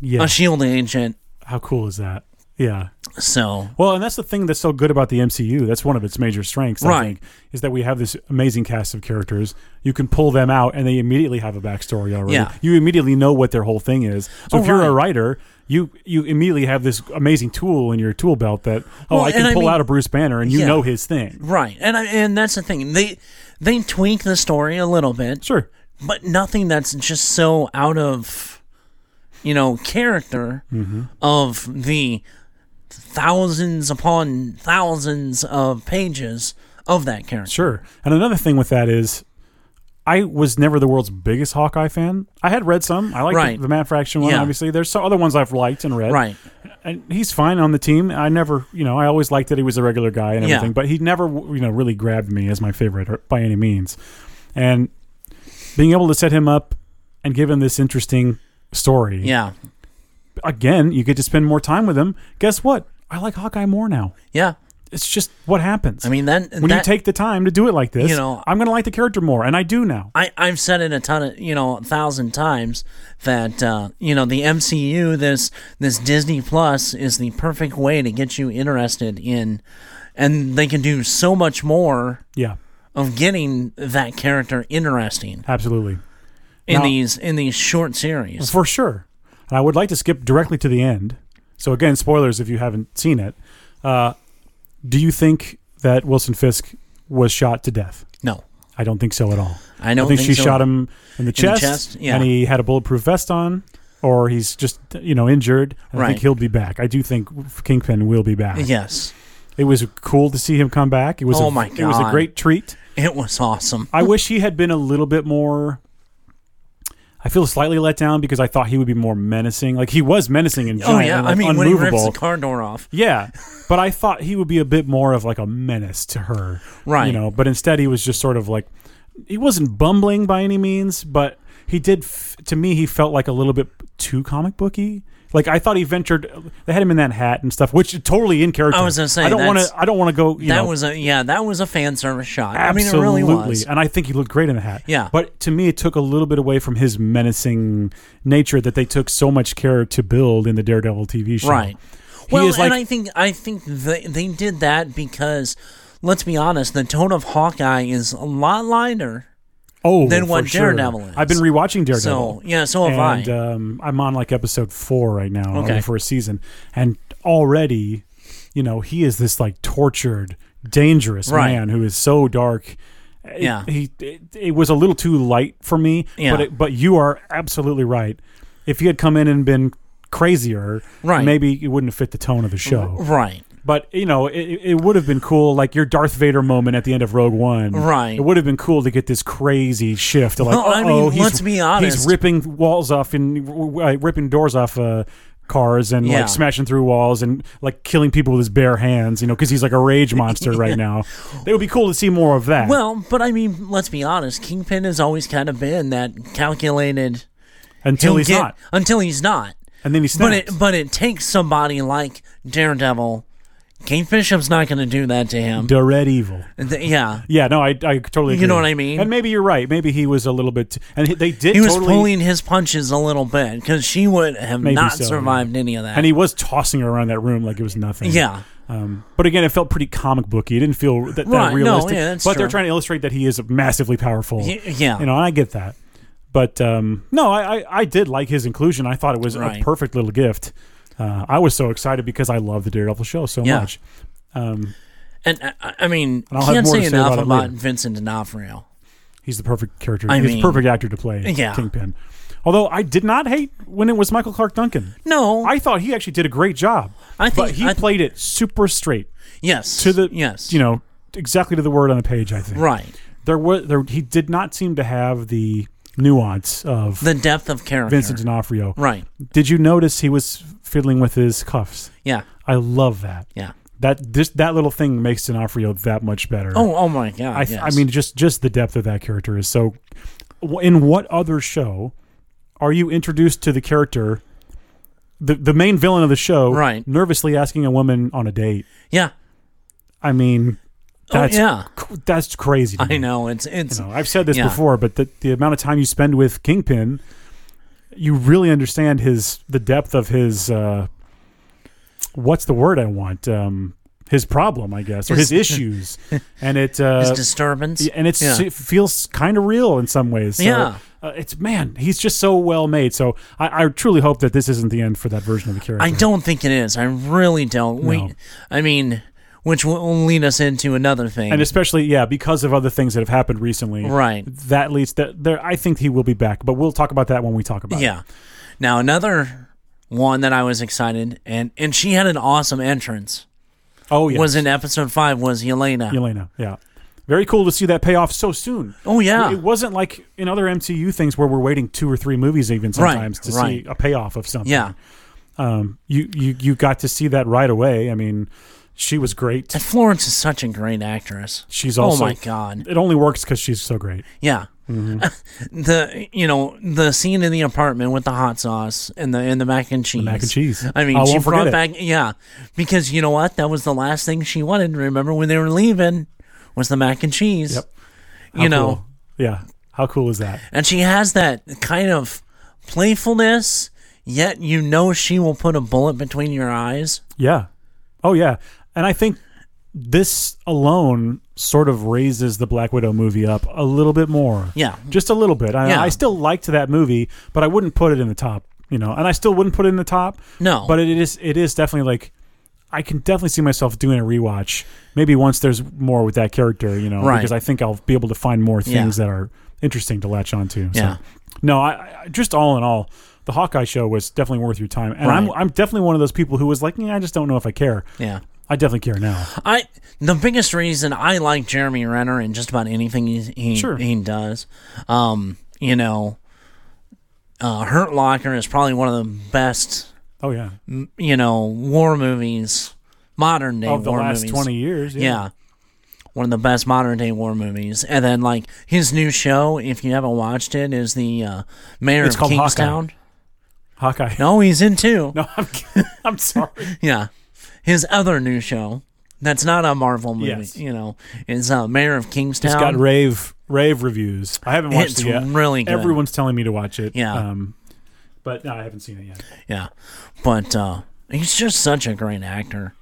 Yeah.
a Shield E agent.
How cool is that? Yeah.
So
Well, and that's the thing that's so good about the MCU. That's one of its major strengths, I
Right.
think, is that we have this amazing cast of characters. You can pull them out, and they immediately have a backstory already.
Yeah.
You immediately know what their whole thing is. So
Oh,
if you're a
right.
writer, you you immediately have this amazing tool in your tool belt that oh,
Well,
I can
and I
pull
mean-
out a Bruce Banner, and you
Yeah.
know his thing.
Right, and I, and that's the thing they they tweak the story a little bit,
Sure.
but nothing that's just so out of you know character
Mm-hmm.
of the thousands upon thousands of pages of that character.
Sure. And another thing with that is, I was never the world's biggest Hawkeye fan. I had read some. I liked
Right.
the, the Matt Fraction one,
Yeah.
obviously. There's some other ones I've liked and read.
Right,
And he's fine on the team. I never, you know, I always liked that he was a regular guy and
Yeah.
everything, but he never, you know, really grabbed me as my favorite or, by any means. And being able to set him up and give him this interesting story.
yeah,
Again, you get to spend more time with him. Guess what? I like Hawkeye more now.
yeah.
It's just what happens.
I mean that
when
that,
you take the time to do it like this,
You know-
I'm going to like the character more, and I do now.
I, I've said it a ton of you know a thousand times that uh, you know the MCU this this Disney Plus is the perfect way to get you interested in, and they can do so much more
Yeah,
of getting that character interesting
absolutely,
in
Now-
these in these short series.
for sure. And I would like to skip directly to the end. So again, spoilers if you haven't seen it. Uh, do you think that Wilson Fisk was shot to death?
No,
I don't think so at all.
I don't
I think,
think
she
so.
shot him in the chest,
chest? Yeah.
and he had a bulletproof vest on, or he's just you know injured. I
Right.
think he'll be back. I do think Kingpin will be back.
Yes.
It was cool to see him come back. It was
Oh
a,
my
It was a
God.
great treat.
It was awesome.
I wish he had been a little bit more. I feel slightly let down because I thought he would be more menacing. Like he was menacing and giant
Oh yeah,
and,
I
like,
mean when he
unmovable.
rips the car door off.
Yeah, but I thought he would be a bit more of like a menace to her, You
Right.
know, but instead he was just sort of like he wasn't bumbling by any means, but he did f- to me he felt like a little bit too comic booky. Like I thought he ventured. They had him in that hat and stuff, which is totally in character.
I was gonna say,
I don't want
that's-
to. I don't want to go. You
That
know,
was a yeah, that was a fan service shot.
absolutely.
I mean it really was.
And I think he looked great in the hat.
Yeah.
but to me it took a little bit away from his menacing nature that they took so much care to build in the Daredevil TV show.
Right.
He
Well,
is like
and I think I think they, they did that because let's be honest, the tone of Hawkeye is a lot lighter.
Oh,
than
for
what
sure.
Daredevil is.
I've been rewatching Daredevil.
So yeah, so have
and
I.
um, I'm on like episode four right now of
Okay.
the first season, and already, you know, he is this like tortured, dangerous
Right.
man who is so dark. It-
Yeah.
he it, it was a little too light for me.
Yeah.
but it, but you are absolutely right. If he had come in and been crazier,
Right.
maybe it wouldn't have fit the tone of the show.
Right.
But you know, it, it would have been cool, like your Darth Vader moment at the end of Rogue One.
Right.
It would have been cool to get this crazy shift. Of like,
Well, I mean,
oh, he's,
let's be honest.
he's ripping walls off and uh, ripping doors off. Uh, cars and
Yeah.
like smashing through walls and like killing people with his bare hands you know because he's like a rage monster right now it would be cool to see more of that
Well, but I mean, let's be honest. Kingpin has always kind of been that calculated.
until
he'll
he's
get-
not
Until he's not.
and then he
But
snaps
it but it takes somebody like Daredevil. King Bishop's not going to do that to him.
the red evil
Th- yeah,
yeah no i, I totally agree.
You know what I mean?
and maybe you're right maybe he was a little bit and he- they did
he was
totally
pulling his punches a little bit because she would have
Maybe
not
so, yeah.
survived any of that.
and he was tossing her around that room like it was nothing
yeah,
Um, but again, it felt pretty comic booky. It didn't feel that, that
Right, no,
realistic.
yeah, that's
but they're
true.
trying to illustrate that he is massively powerful.
Y- yeah.
you know, and I get that. But um, no, I, I I did like his inclusion. I thought it was
Right.
a perfect little gift. Uh, I was so excited because I love the Daredevil show so
Yeah.
much. Um,
and uh, I, I mean,
And I'll have
can't
more
say
to say
enough
about it
about,
later.
Vincent D'Onofrio.
he's the perfect character.
I
he's
mean-
the perfect actor to play
Yeah.
Kingpin. Although I did not hate when it was Michael Clark Duncan.
No,
I thought he actually did a great job.
I think-
but he
I-
played it super straight
yes,
to the
yes,
you know exactly to the word on the page. I think
right.
there was there he did not seem to have the nuance of
The depth of character,
Vincent D'Onofrio.
right?
Did you notice he was fiddling with his cuffs?
Yeah,
I love that.
yeah.
That this that little thing makes D'Onofrio that much better.
Oh, oh my God!
I,
yes.
I mean, just just the depth of that character is so. w- In what other show are you introduced to the character, the the main villain of the show,
Right.
Nervously asking a woman on a date.
yeah,
I mean, that's
Oh, yeah.
c- that's crazy. to
I
me.
know it's it's
You know, I've said this
Yeah.
before, but the, the amount of time you spend with Kingpin, you really understand his the depth of his uh, what's the word I want um, his problem, I guess, or his issues, and it
it's
uh,
disturbance.
and it's,
yeah.
it feels kind of real in some ways. So,
Yeah.
uh, it's man, he's just so well made. So I, I truly hope that this isn't the end for that version of the character.
I don't think it is. I really don't.
No.
We, I mean, which will lead us into another thing.
and especially yeah because of other things that have happened recently
Right.
that leads that there i think he will be back but we'll talk about that when we talk about it.
yeah. Now another one that I was excited and and she had an awesome entrance
oh yeah
was in episode five was Yelena.
Yelena, yeah. Very cool to see that pay off so soon.
Oh yeah.
It wasn't like in other MCU things where we're waiting two or three movies even
Right,
sometimes to
right.
see a payoff of something.
yeah.
Um, you, you you got to see that right away. I mean, she was great.
And Florence is such a great actress.
She's also
oh my god.
It only works because she's so great.
Yeah.
Mm-hmm.
the you know the scene in the apartment with the hot sauce and the and the mac and cheese.
mac and cheese.
I mean,
I
she
won't
brought
forget
back yeah because you know what that was the last thing she wanted. Remember when they were leaving was the mac and cheese.
Yep.
You know,
cool. yeah. How cool is that?
and she has that kind of playfulness. Yet you know she will put a bullet between your eyes.
Yeah. Oh yeah. And I think this alone sort of raises the Black Widow movie up a little bit more.
Yeah.
Just a little bit. I,
Yeah.
I still liked that movie, but I wouldn't put it in the top, you know. And I still wouldn't put it in the top.
No.
But it is it is definitely like I can definitely see myself doing a rewatch. Maybe once there's more with that character, you know,
Right.
because I think I'll be able to find more
Yeah.
things that are interesting to latch onto.
Yeah.
So, no, I, I just all in all, the Hawkeye show was definitely worth your time, and I'm
Right.
I'm definitely one of those people who was like, yeah, I just don't know if I care.
Yeah.
I definitely care now.
I the biggest reason I like Jeremy Renner in just about anything he he,
Sure.
he does, um, you know, uh, Hurt Locker is probably one of the best,
Oh yeah,
you know, war movies, modern day
of the
war
last
movies.
twenty years.
yeah. one of the best modern day war movies. And then like his new show, if you haven't watched it, is the uh, Mayor
It's
of
called Hawkeye.
Kingstown.
Hawkeye.
No, he's in two.
No, I'm, kidding. I'm sorry.
Yeah. His other new show that's not a Marvel movie,
Yes.
you know, is uh, Mayor of Kingstown.
It's got rave rave reviews. I haven't watched
It's
it yet.
really good.
Everyone's telling me to watch it.
Yeah.
Um, but no, I haven't seen it yet.
yeah. But uh, he's just such a great actor.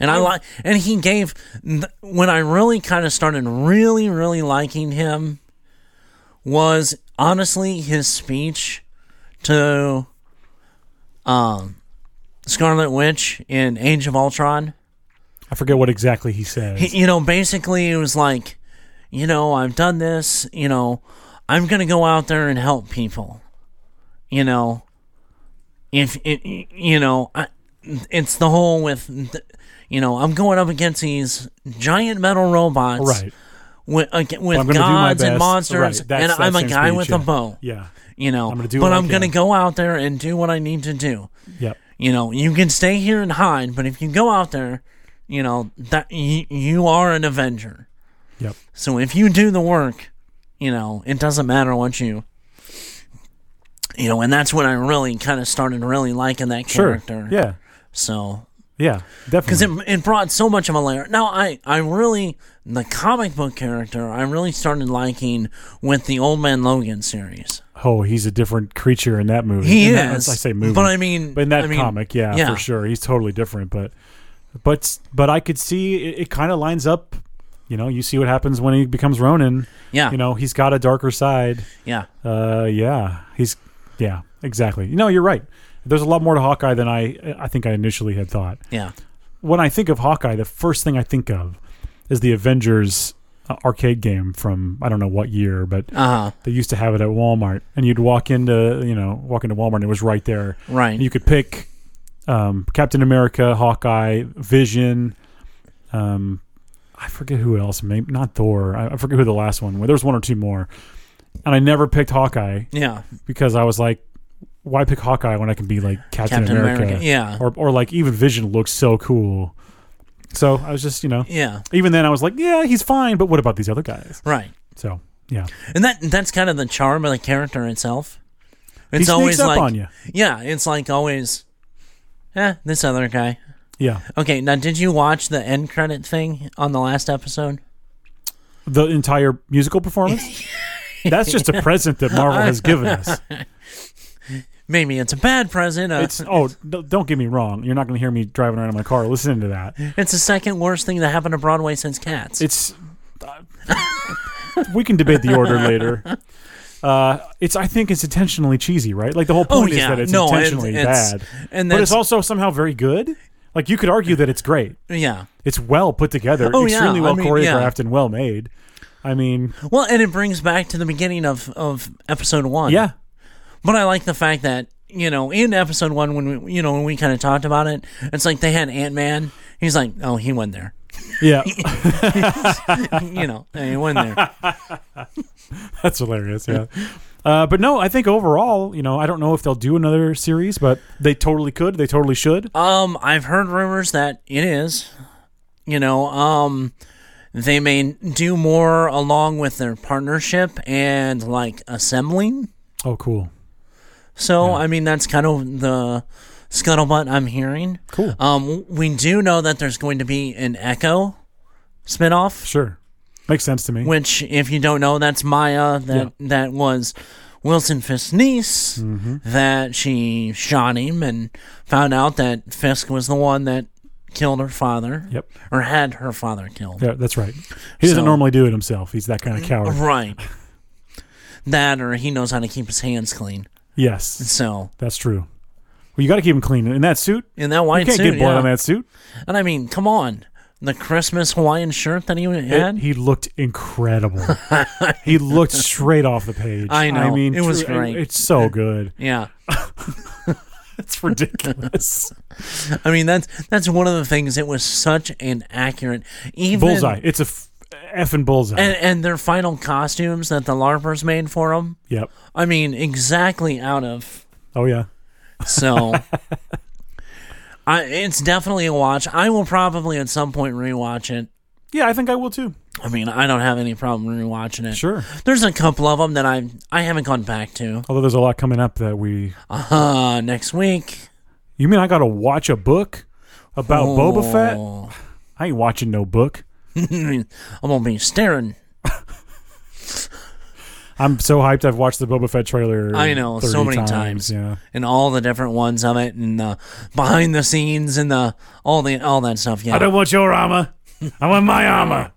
And I like and he gave th- when I really kind of started really really liking him was honestly his speech to um Scarlet Witch in Age of Ultron.
I forget what exactly he says.
He- you know, basically it was like, you know, I've done this, you know, I'm going to go out there and help people. You know, if it, you know, I, it's the whole with, th- you know, I'm going up against these giant metal robots
right.
with, ag- with
I'm gonna do my
gods
best.
and monsters,
Right, that's
and
that
I'm a
same
guy
speech,
with
yeah.
a bow.
Yeah.
You know,
gonna do
but
what I
I'm going to
can.
go out there and do what I need to do
Yep.
you know you can stay here and hide but if you go out there you know that you, you are an avenger
Yep.
so if you do the work you know it doesn't matter what you you know and that's when i really kind of started really liking that
Sure.
character
Yeah.
so
Yeah.
because
Definitely.
it, it brought so much of a layer now i i really the comic book character i really started liking with the old man logan series
oh, he's a different creature in that movie.
he
In that-
is
I say movie.
but i mean
But in that
I mean,
comic, yeah,
yeah.
for sure, he's totally different. But, but, but I could see it, it kind of lines up. You know, you see what happens when he becomes Ronin.
yeah
You know, he's got a darker side.
yeah
Uh, yeah, he's yeah, exactly. No, you're right. There's a lot more to Hawkeye than I I think I initially had thought.
yeah
When I think of Hawkeye, the first thing I think of is the Avengers uh, arcade game from I don't know what year, but
uh-huh
they used to have it at Walmart, and you'd walk into you know walk into Walmart, and it was right there.
right
And you could pick um, Captain America, Hawkeye, Vision. Um, I forget who else. Maybe not Thor. I, I forget who the last one. was. There was one or two more, and I never picked Hawkeye
yeah
because I was like, why pick Hawkeye when I can be like Captain,
Captain
America?
America, yeah.
Or, or like even Vision looks so cool. So I was just, you know,
Yeah,
even then I was like, yeah, he's fine, but what about these other guys?
right.
So, yeah.
And that that's kind of the charm of the character itself.
He
It's
sneaks
always
up
like
on you.
yeah, it's like always eh, this other guy.
Yeah.
Okay, now did you watch the end credit thing on the last episode?
The entire musical performance? That's just a present that Marvel has given us.
Maybe it's a bad present. Uh,
It's oh, no, don't get me wrong. You're not going to hear me driving around in my car listening to that.
it's the second worst thing that happened to Broadway since Cats.
It's uh, we can debate the order later. Uh, it's I think it's intentionally cheesy, right? Like the whole
Oh,
point is
yeah.
that it's
No, it's-
intentionally
it's-
bad,
and
but it's
that's-
also somehow very good. Like you could argue that it's great.
yeah.
It's well put together,
Oh, yeah.
extremely
I
well
mean, yeah.
choreographed and well made. I mean,
Well, and it brings back to the beginning of of episode 1.
yeah,
But I like the fact that you know in episode one when we you know when we kind of talked about it, it's like they had Ant Man. He's like, oh, he went there.
yeah,
you know, he went there.
that's hilarious. Yeah. Uh, but no, I think overall, you know, I don't know if they'll do another series, but they totally could. They totally should.
Um, I've heard rumors that it is. You know, um, they may do more along with their partnership and like assembling.
Oh, cool.
So I mean, that's kind of the scuttlebutt I'm hearing.
Cool.
Um, we do know that there's going to be an Echo spinoff.
Sure. Makes sense to me.
which if you don't know that's maya that that was wilson fisk's niece
Mm-hmm.
that she shot him and found out that fisk was the one that killed her father
Yep.
or had her father killed
Yeah, that's right. He doesn't
So- Mm, uh-huh.
normally do it himself. He's that kind of coward.
right that or he knows how to keep his hands clean
Yes,
so
that's true. Well, you got to keep him clean in that suit.
in that
You
white
can't
suit
get blood
yeah.
on that suit.
and i mean come on the christmas hawaiian shirt that he had
It- he looked incredible. he looked straight off the page.
I know.
I mean,
It was
true-
great.
It's so good.
yeah
That's ridiculous.
I mean, that's that's one of the things. It was such an accurate, even
bullseye. It's a f- effing bullseye.
and and their final costumes that the larpers made for them.
yep.
I mean, exactly out of
Oh yeah.
so. I, it's definitely a watch. I will probably at some point rewatch it.
Yeah, I think I will too.
I mean, I don't have any problem rewatching it.
Sure.
There's a couple of them that I I haven't gone back to.
Although there's a lot coming up that we.
Uh, next week.
You mean I got to watch a book about Boba Fett?
Oh.
I ain't watching no book.
I'm gonna be staring.
I'm so hyped. I've watched the Boba Fett trailer.
I know, so
30
many times.
Yeah.
And all the different ones of it, and the behind the scenes, and the all the all that stuff. Yeah,
I don't want your armor. I want my armor.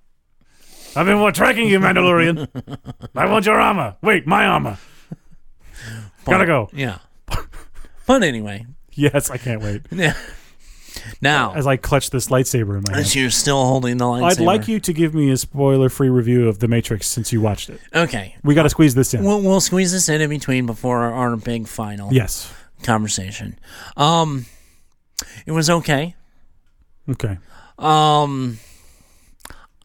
I've been tracking you, Mandalorian. I want your armor. Wait, my armor.
But-
Gotta go.
Yeah. but anyway,
Yes, I can't wait.
yeah. Now,
As I clutch this lightsaber in my hand.
as you're still holding the lightsaber,
I'd like you to give me a spoiler-free review of The Matrix since you watched it.
Okay,
We got to squeeze this in.
Uh, we'll, we'll squeeze this in in between before our, our big final
yes.
conversation. Um, it was okay.
Okay.
Um,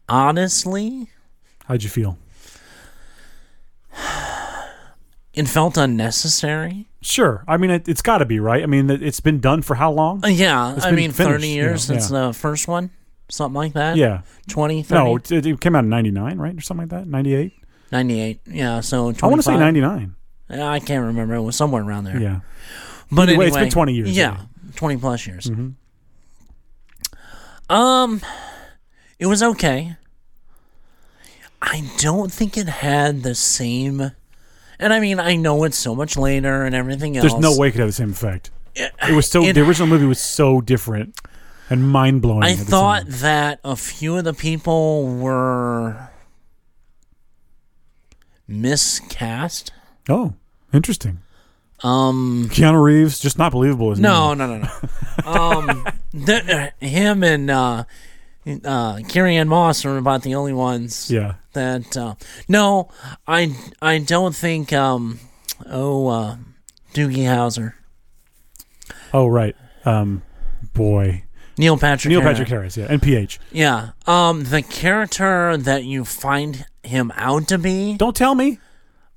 honestly,
How'd you feel?
it felt unnecessary.
Sure. I mean, it, it's got to be right. I mean, it- it's been done for how long?
Uh, yeah, I
been
mean, thirty
finished,
years
you know,
since
yeah.
the first one, something like that.
Yeah.
20, 30,
No, it, it came out in '99, right, or something like that. '98.
98. Yeah, so 25.
I want to say '99.
Yeah, I can't remember. It was somewhere around there.
Yeah.
But
Either
anyway,
way, it's been 20 years, Mm-hmm.
Yeah, twenty plus years. Um, it was okay. I don't think it had the same. And I mean, I know it's so much later and everything else.
There's no way it could have the same effect.
It-
It was so
it-
the original movie was so different and mind blowing.
I thought that a few of the people were miscast.
Oh, interesting.
Um,
Keanu Reeves, just not believable. Isn't
No, no, no, no. um, the, him and uh, uh, Carrie Ann Moss are about the only ones
He? Yeah.
that. Uh, no, I I don't think. Um, oh, uh, Doogie Howser,
Oh right. Um, boy.
Neil Patrick.
Neil
Harris.
Patrick Harris. Yeah. And PH.
Yeah. Um, the character that you find him out to be.
Don't tell me.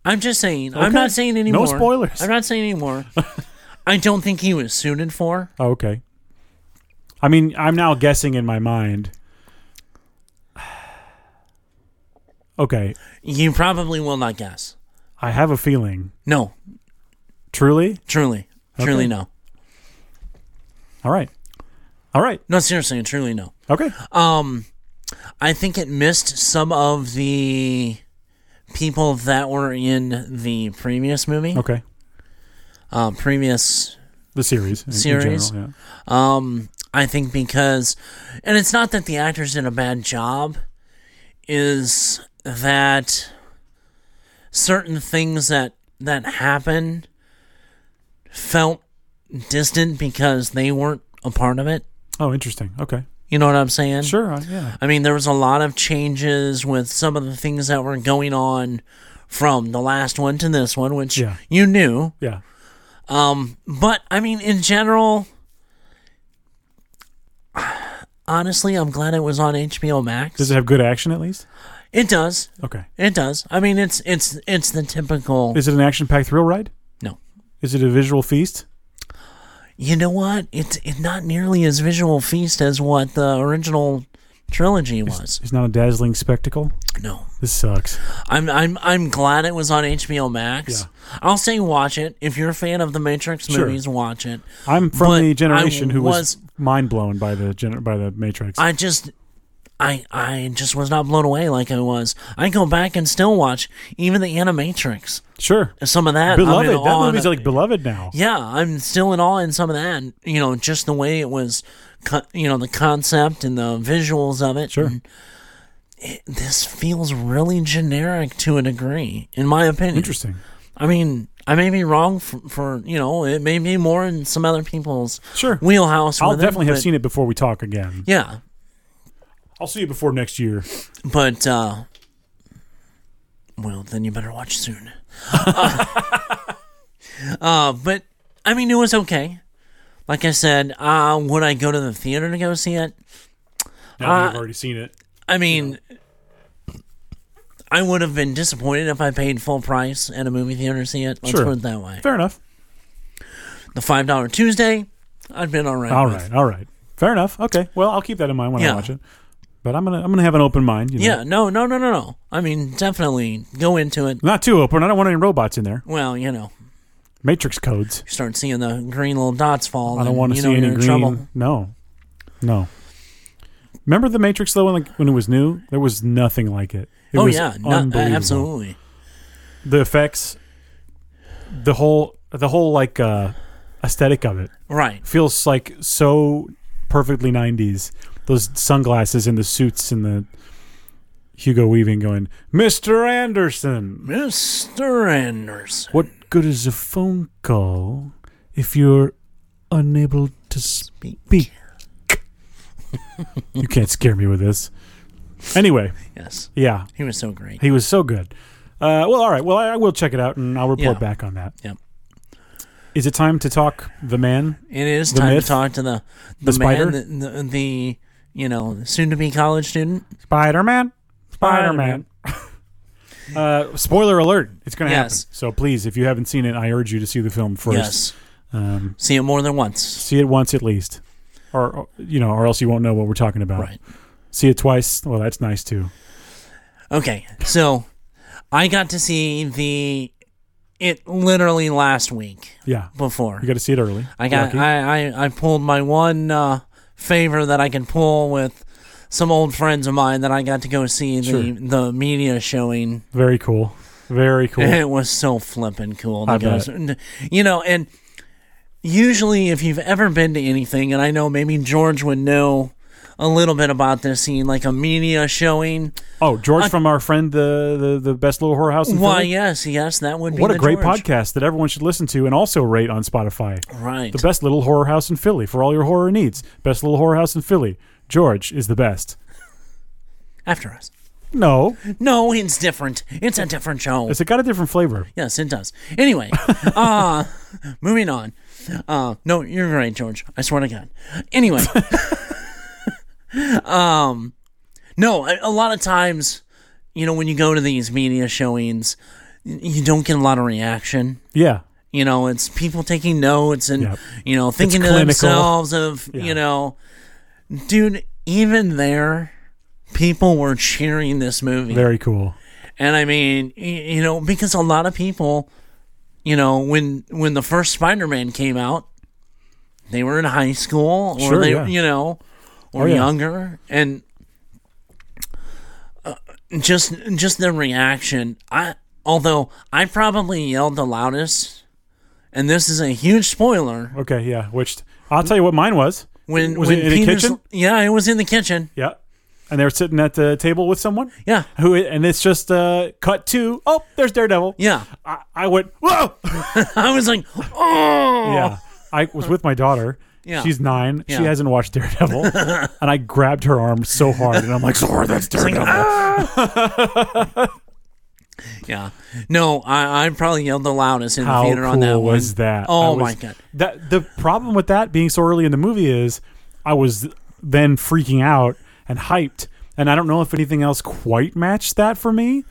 I'm just saying.
Okay.
I'm not saying
No
anymore.
spoilers.
I'm not saying anymore. I don't think he was suited for.
Oh, okay. I mean, I'm now guessing in my mind. Okay,
You probably will not guess.
I have a feeling.
No,
Truly,
truly, truly,
Okay.
no.
all right, all right,
No, seriously, truly, no.
okay.
Um, I think it missed some of the people that were in the previous movie,
Okay.
uh, previous.
The series. in- in
Series.
general,
Um, I think because, and it's not that the actors did a bad job, is that certain things that that happen felt distant because they weren't a part of it.
yeah. Oh, interesting. Okay.
You know what I'm saying?
Sure. I, yeah.
I mean, there was a lot of changes with some of the things that were going on from the last one to this one, which
Yeah.
you knew. Um,
Yeah.
But I mean, in general, honestly, I'm glad it was on HBO Max.
Does it have good action at least?
it does.
Okay.
It does. I mean, it's it's it's the typical.
Is it an action-packed thrill ride?
no,
Is it a visual feast?
you know what? It's it's not nearly as visual feast as what the original trilogy was.
It's not a dazzling spectacle.
No,
This sucks.
I'm I'm I'm glad it was on HBO Max. I'll say watch it if you're a fan of the Matrix
Sure.
movies. Watch it.
I'm from
But
the generation
I
who was,
was-
mind blown by the gen- by the Matrix.
I just I I just was not blown away like I was. I go back and still watch even the Animatrix.
sure.
Some of that I'm in
Beloved. That
awe
movie's
of-
like beloved now.
yeah, I'm still in awe in some of that. You know, just the way it was. co- You know, the concept and the visuals of it.
Sure.
And It, this feels really generic to a degree, in my opinion.
Interesting.
I mean, I may be wrong for, for you know, it may be more in some other people's
Sure.
wheelhouse.
I'll
with it,
definitely have
but-
seen it before we talk again.
Yeah,
I'll see you before next year.
but uh, well, then you better watch soon. uh, but I uh, mean, it was okay. Like I said, uh, would I go to the theater to go see it?
Now that
Uh,
you've already seen it.
I mean, I would have been disappointed if I paid full price at a movie theater to see it. Let's
Sure.
put it that way.
Fair enough.
The five dollar Tuesday, I've been all right.
All
with.
right, all right. Fair enough. Okay. Well, I'll keep that in mind when I
Yeah.
watch it. But I'm gonna I'm gonna have an open mind. You know?
Yeah, no, no, no, no, no. I mean, definitely go into it.
Not too open. I don't want any robots in there.
Well, you know,
Matrix codes.
you start seeing the green little dots fall.
I don't
then
want to
you
see
know
any
you're in
green.
Trouble.
No, no. Remember the Matrix though, when, like, when it was new, there was nothing like it. it
oh
was
yeah, no, uh,
unbelievable.
absolutely.
The effects, the whole, the whole like uh, aesthetic of it
Right.
feels like so perfectly '90s. Those sunglasses and the suits and the Hugo Weaving going, Mister Anderson.
Mr. Anderson.
What good is a phone call if you're unable to speak? Be- you can't scare me with this. Anyway,
Yes.
yeah,
He was so great.
he was so good. Uh, well, all right. Well, I, I will check it out and I'll report
Yeah.
back on that.
Yep.
Is it time to talk the man?
It is
The
time
myth?
to talk to the
The
the,
spider?
man, the, the, the you know soon to be college student.
Spider Man? Spider Man. uh, spoiler alert. It's going to
Yes.
happen. So please, if you haven't seen it, I urge you to see the film first.
Yes,
Um,
see it more than once.
see it once at least. Or, or, you know, or else you won't know what we're talking about.
Right.
See it twice. Well, that's nice too.
Okay, so I got to see the it literally last week
Yeah,
before
you got to see it early.
I got
Lucky.
I, I I pulled my one uh, favor that I can pull with some old friends of mine that I got to go see the
Sure.
the media showing.
very cool, very cool.
It was so flippin' cool.
I
to go- You know, and usually if you've ever been to anything, and I know maybe George would know a little bit about this scene, like a media showing.
oh, George from our friend the the, the best little whorehouse. In
Why,
Philly?
yes, yes, that would be
What a
the
great
George.
podcast that everyone should listen to and also rate on Spotify.
Right.
The best little horror house in Philly for all your horror needs. Best little horror house in Philly. George is the best.
After us.
No,
No, it's different. It's a different show.
it's got a different flavor.
Yes, it does. Anyway, uh moving on. Uh no, you're right, George. I swear to God. Anyway. um no, a, a lot of times, you know, when you go to these media showings, y- you don't get a lot of reaction.
Yeah,
You know, it's people taking notes and
Yep.
you know, thinking to
clinical.
themselves of,
Yeah.
you know, dude, even there people were cheering this movie.
very cool.
And I mean, y- you know, because a lot of people, you know, when when the first Spider-Man came out, they were in high school or
Sure,
they,
yeah.
you know, or
Oh, yeah.
younger, and uh, just just the reaction. I although I probably yelled the loudest, and this is a huge spoiler.
Okay, yeah. Which I'll tell you what mine was.
When
was
when
it in the
Peter's-
kitchen?
Yeah, it was in the kitchen.
Yeah, and they were sitting at the table with someone.
Yeah,
who and it's just uh cut to oh there's daredevil
yeah.
i, I went whoa
I was like, oh,
yeah i was with my daughter
Yeah.
she's nine
Yeah.
she hasn't watched daredevil and i grabbed her arm so hard and i'm like sorry that's daredevil
Yeah. No, I, I probably yelled the loudest in
how
the theater
cool
on that
was
one.
that
Oh
I was-
my god.
that the problem with that being so early in the movie is i was then freaking out and hyped and i don't know if anything else quite matched that for me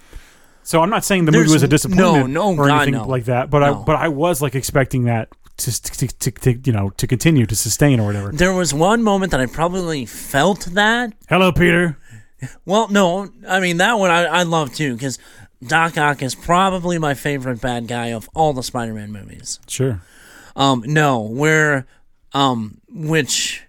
so i'm not saying the
There's
movie was a
n-
disappointment
no, no,
or
God,
anything
no.
like that but i
No.
but i was like expecting that to, to, to, to you know to continue to sustain or whatever
There was one moment that I probably felt that.
hello peter
Well, no, I mean that one I, I love too because Doc Ock is probably my favorite bad guy of all the Spider-Man movies.
sure
Um, no, where, um, which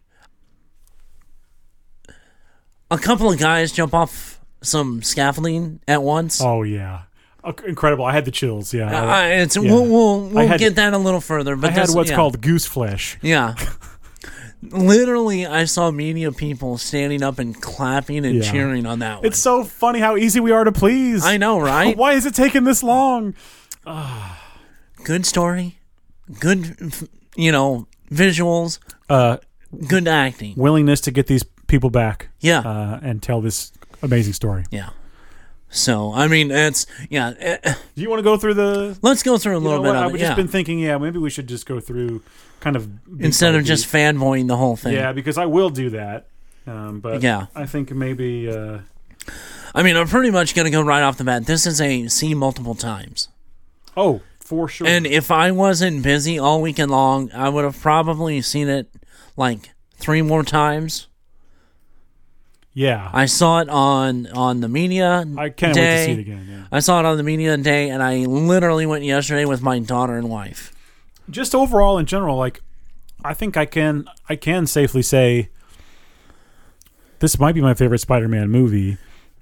a couple of guys jump off some scaffolding at once.
oh yeah Oh, incredible i had the chills yeah
Uh,
i,
I- it's we'll we'll, we'll
had-
get that a little further, but
had
this-
what's
yeah.
called goose flesh
Yeah. Literally, I saw media people standing up and clapping and
Yeah.
cheering on that one.
it's so funny how easy we are to please
I know, right?
why is it taking this long
Good story, good, f- you know, visuals,
uh
good acting.
willingness to get these people back
Yeah,
uh, and tell this amazing story.
yeah. So I mean, it's yeah. eh,
Do you want to go through the?
let's go through a
You
little
know
bit
what?
of
I've
it,
just
yeah.
been thinking. Yeah, maybe we should just go through kind of beat
Instead
by
of just fanboying the whole
beat.
thing.
yeah, because I will do that. Um, but
Yeah.
I think maybe uh,
I mean, I'm pretty much gonna go right off the bat. This is a see multiple times.
oh for sure.
And if I wasn't busy all weekend long, I would have probably seen it like three more times.
yeah,
I saw it on on the media.
I, can't wait to
day.
see it again. Yeah.
I saw it on the media day, and I literally went yesterday with my daughter and wife.
Just overall in general, like I think I can I can safely say this might be my favorite Spider-Man movie,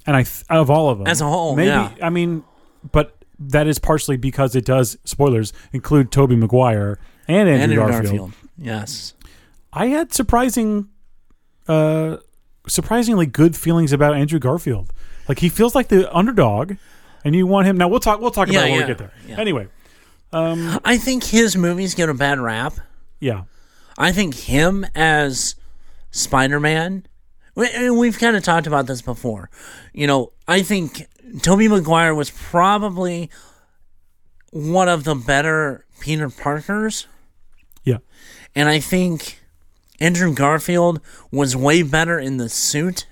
and I th- of all of them
As a whole,
maybe
yeah.
I mean, but that is partially because it does spoilers include Tobey Maguire and Andrew,
Andrew
Garfield.
Garfield. Yes.
I had surprising, uh, surprisingly good feelings about Andrew Garfield. Like he feels like the underdog, and you want him. Now we'll talk. We'll talk
Yeah,
about it when
yeah,
we get there.
yeah.
Anyway,
I think his movies get a bad rap.
yeah,
I think him as Spider Man, we, and we've kind of talked about this before. You know, I think Tobey Maguire was probably one of the better Peter Parkers,
yeah,
and I think Andrew Garfield was way better in the suit.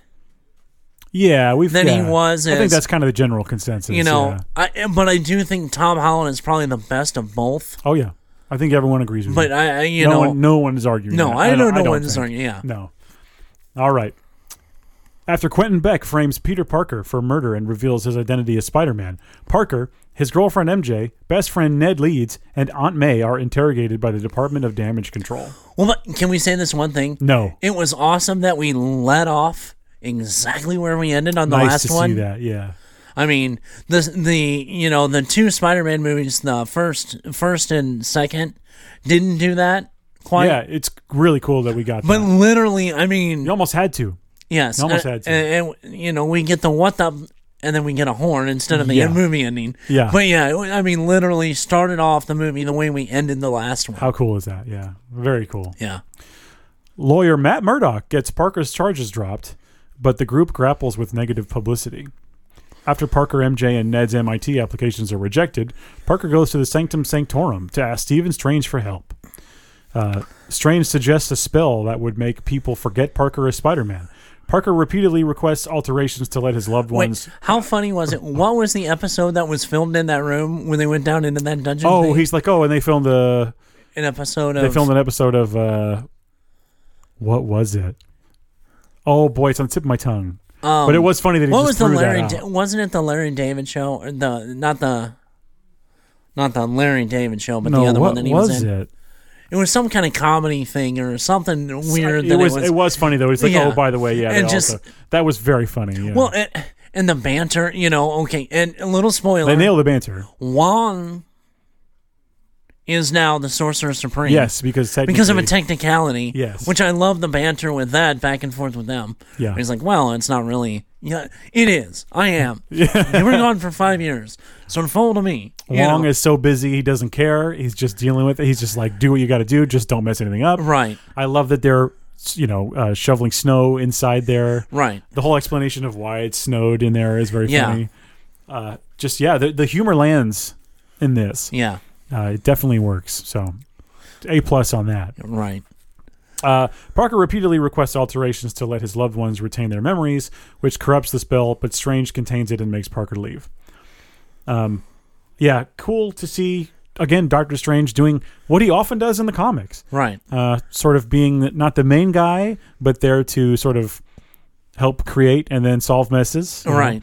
yeah. We've
Then he
yeah.
was
I think
as-
that's kind of the general consensus.
You know,
yeah.
I, but I do think Tom Holland is probably the best of both.
Oh yeah, I think everyone agrees with
But
you.
I, I you
no
know,
one, no one is arguing.
no,
that.
I,
don't-
know no
don't
one's
think.
arguing. Yeah,
No. All right. After Quentin Beck frames Peter Parker for murder and reveals his identity as Spider Man, Parker, his girlfriend MJ, best friend Ned Leeds, and Aunt May are interrogated by the Department of Damage Control.
Well, but can we say this one thing?
No.
It was awesome that we let off exactly where we ended on the
nice
last
to
one.
see that, yeah.
I mean, the the you know the two Spider-Man movies, the first first and second, didn't do that quite.
yeah, it's really cool that we got
But
that.
literally, I mean,
You almost had to.
yes,
you almost
uh,
had to.
And, and, you know, we get the what the. And then we get a horn instead of the
Yeah.
movie ending.
Yeah.
But yeah, I mean, literally started off the movie the way we ended the last one.
How cool is that? Yeah. Very cool.
Yeah.
Lawyer Matt Murdock gets Parker's charges dropped, but the group grapples with negative publicity. After Parker, MJ, and Ned's MIT applications are rejected, Parker goes to the Sanctum Sanctorum to ask Stephen Strange for help. Uh, Strange suggests a spell that would make people forget Parker as Spider Man. Parker repeatedly requests alterations to let his loved ones.
Wait, how funny was it? What was the episode that was filmed in that room when they went down into that dungeon?
oh,
thing?
he's like, oh, and they filmed the
an episode of.
they filmed an episode of uh, what was it? Oh boy, it's on the tip of my tongue.
um,
But it was funny that he
What
just
was the
threw
Larry?
that out.
Da- wasn't it the Larry David show? Or the not the, not the Larry David show, but the other
what
one that he
was,
was, in. It?
it?
was some kind of comedy thing or something weird.
It
that
was,
it was.
it was funny though. It's like,
Yeah.
oh, by the way, yeah, they
And just-
also, that was very funny. Yeah.
well, it, and the banter, you know. Okay, and a little spoiler.
they nailed the banter.
Wong is now the Sorcerer Supreme.
Yes, because technically,
because of a technicality.
Yes.
Which I love the banter with that back and forth with them.
Yeah.
He's like, well, it's not really. Yeah, it is. I am. you were gone for five years, so fall to me. you
Wong
know?
is so busy he doesn't care. He's just dealing with it. He's just like, do what you got to do. Just don't mess anything up.
right,
I love that they're you know uh, shoveling snow inside there.
right.
The whole explanation of why it snowed in there is very
Yeah.
funny. Uh, just yeah, the, the humor lands in this.
Yeah,
Uh, it definitely works. So, a plus on that.
right.
Uh, Parker repeatedly requests alterations to let his loved ones retain their memories, which corrupts the spell, but Strange contains it and makes Parker leave. Um, yeah, cool to see, again, Doctor Strange doing what he often does in the comics.
Right.
Uh, sort of being not the main guy, but there to sort of help create and then solve messes. you know?
Right.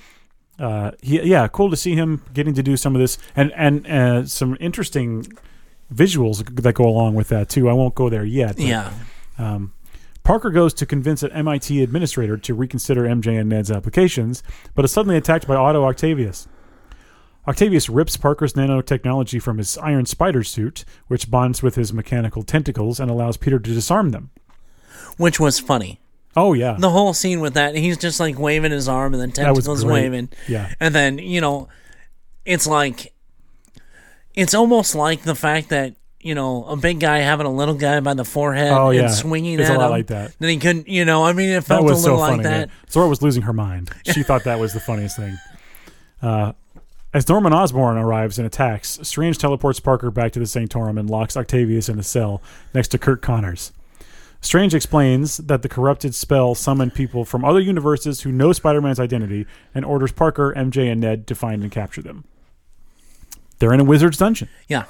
Uh, he, yeah, cool to see him getting to do some of this and, and uh, some interesting visuals that go along with that, too. I won't go there yet. but-
Yeah.
um, Parker goes to convince an MIT administrator to reconsider MJ and Ned's applications, but is suddenly attacked by Otto Octavius. Octavius rips Parker's nanotechnology from his iron spider suit, which bonds with his mechanical tentacles and allows Peter to disarm them.
Which was funny.
Oh, yeah.
The whole scene with that, he's just like waving his arm and then
That was
tentacles
great.
waving.
Yeah.
And then, you know, it's like it's almost like the fact that, you know, a big guy having a little guy by the forehead
Oh, yeah.
and swinging
It's a
at
lot
him.
like that.
Then he couldn't, you know, I mean, it
That
felt a
was
little
so
like
funny.
that.
Zora was losing her mind. She thought that was the funniest thing. Uh, as Norman Osborn arrives and attacks, Strange teleports Parker back to the Sanctorum and locks Octavius in a cell next to Kurt Connors. Strange explains that the corrupted spell summoned people from other universes who know Spider Man's identity and orders Parker, MJ, and Ned to find and capture them. They're in a wizard's dungeon.
Yeah.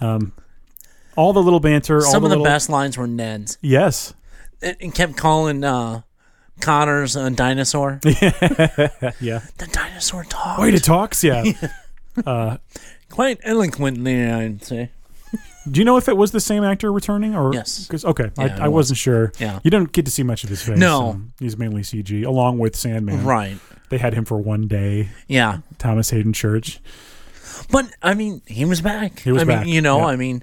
All the little banter, all
Some of the
little,
best lines were Ned's.
Yes.
And and kept calling uh, Connors a dinosaur.
Yeah.
the dinosaur talked.
Way to talks, yeah.
Quite eloquently, I'd say.
Do you know if it was the same actor returning or
Yes.
'cause- okay,
Yeah, it
I, I wasn't sure.
Yeah.
you don't get to see much of his face.
No.
um, he's mainly CG, along with Sandman.
Right.
they had him for one day.
Yeah.
Thomas Hayden Church.
But, I mean, he was back.
He was
I mean,
back,
you know,
yeah.
I mean,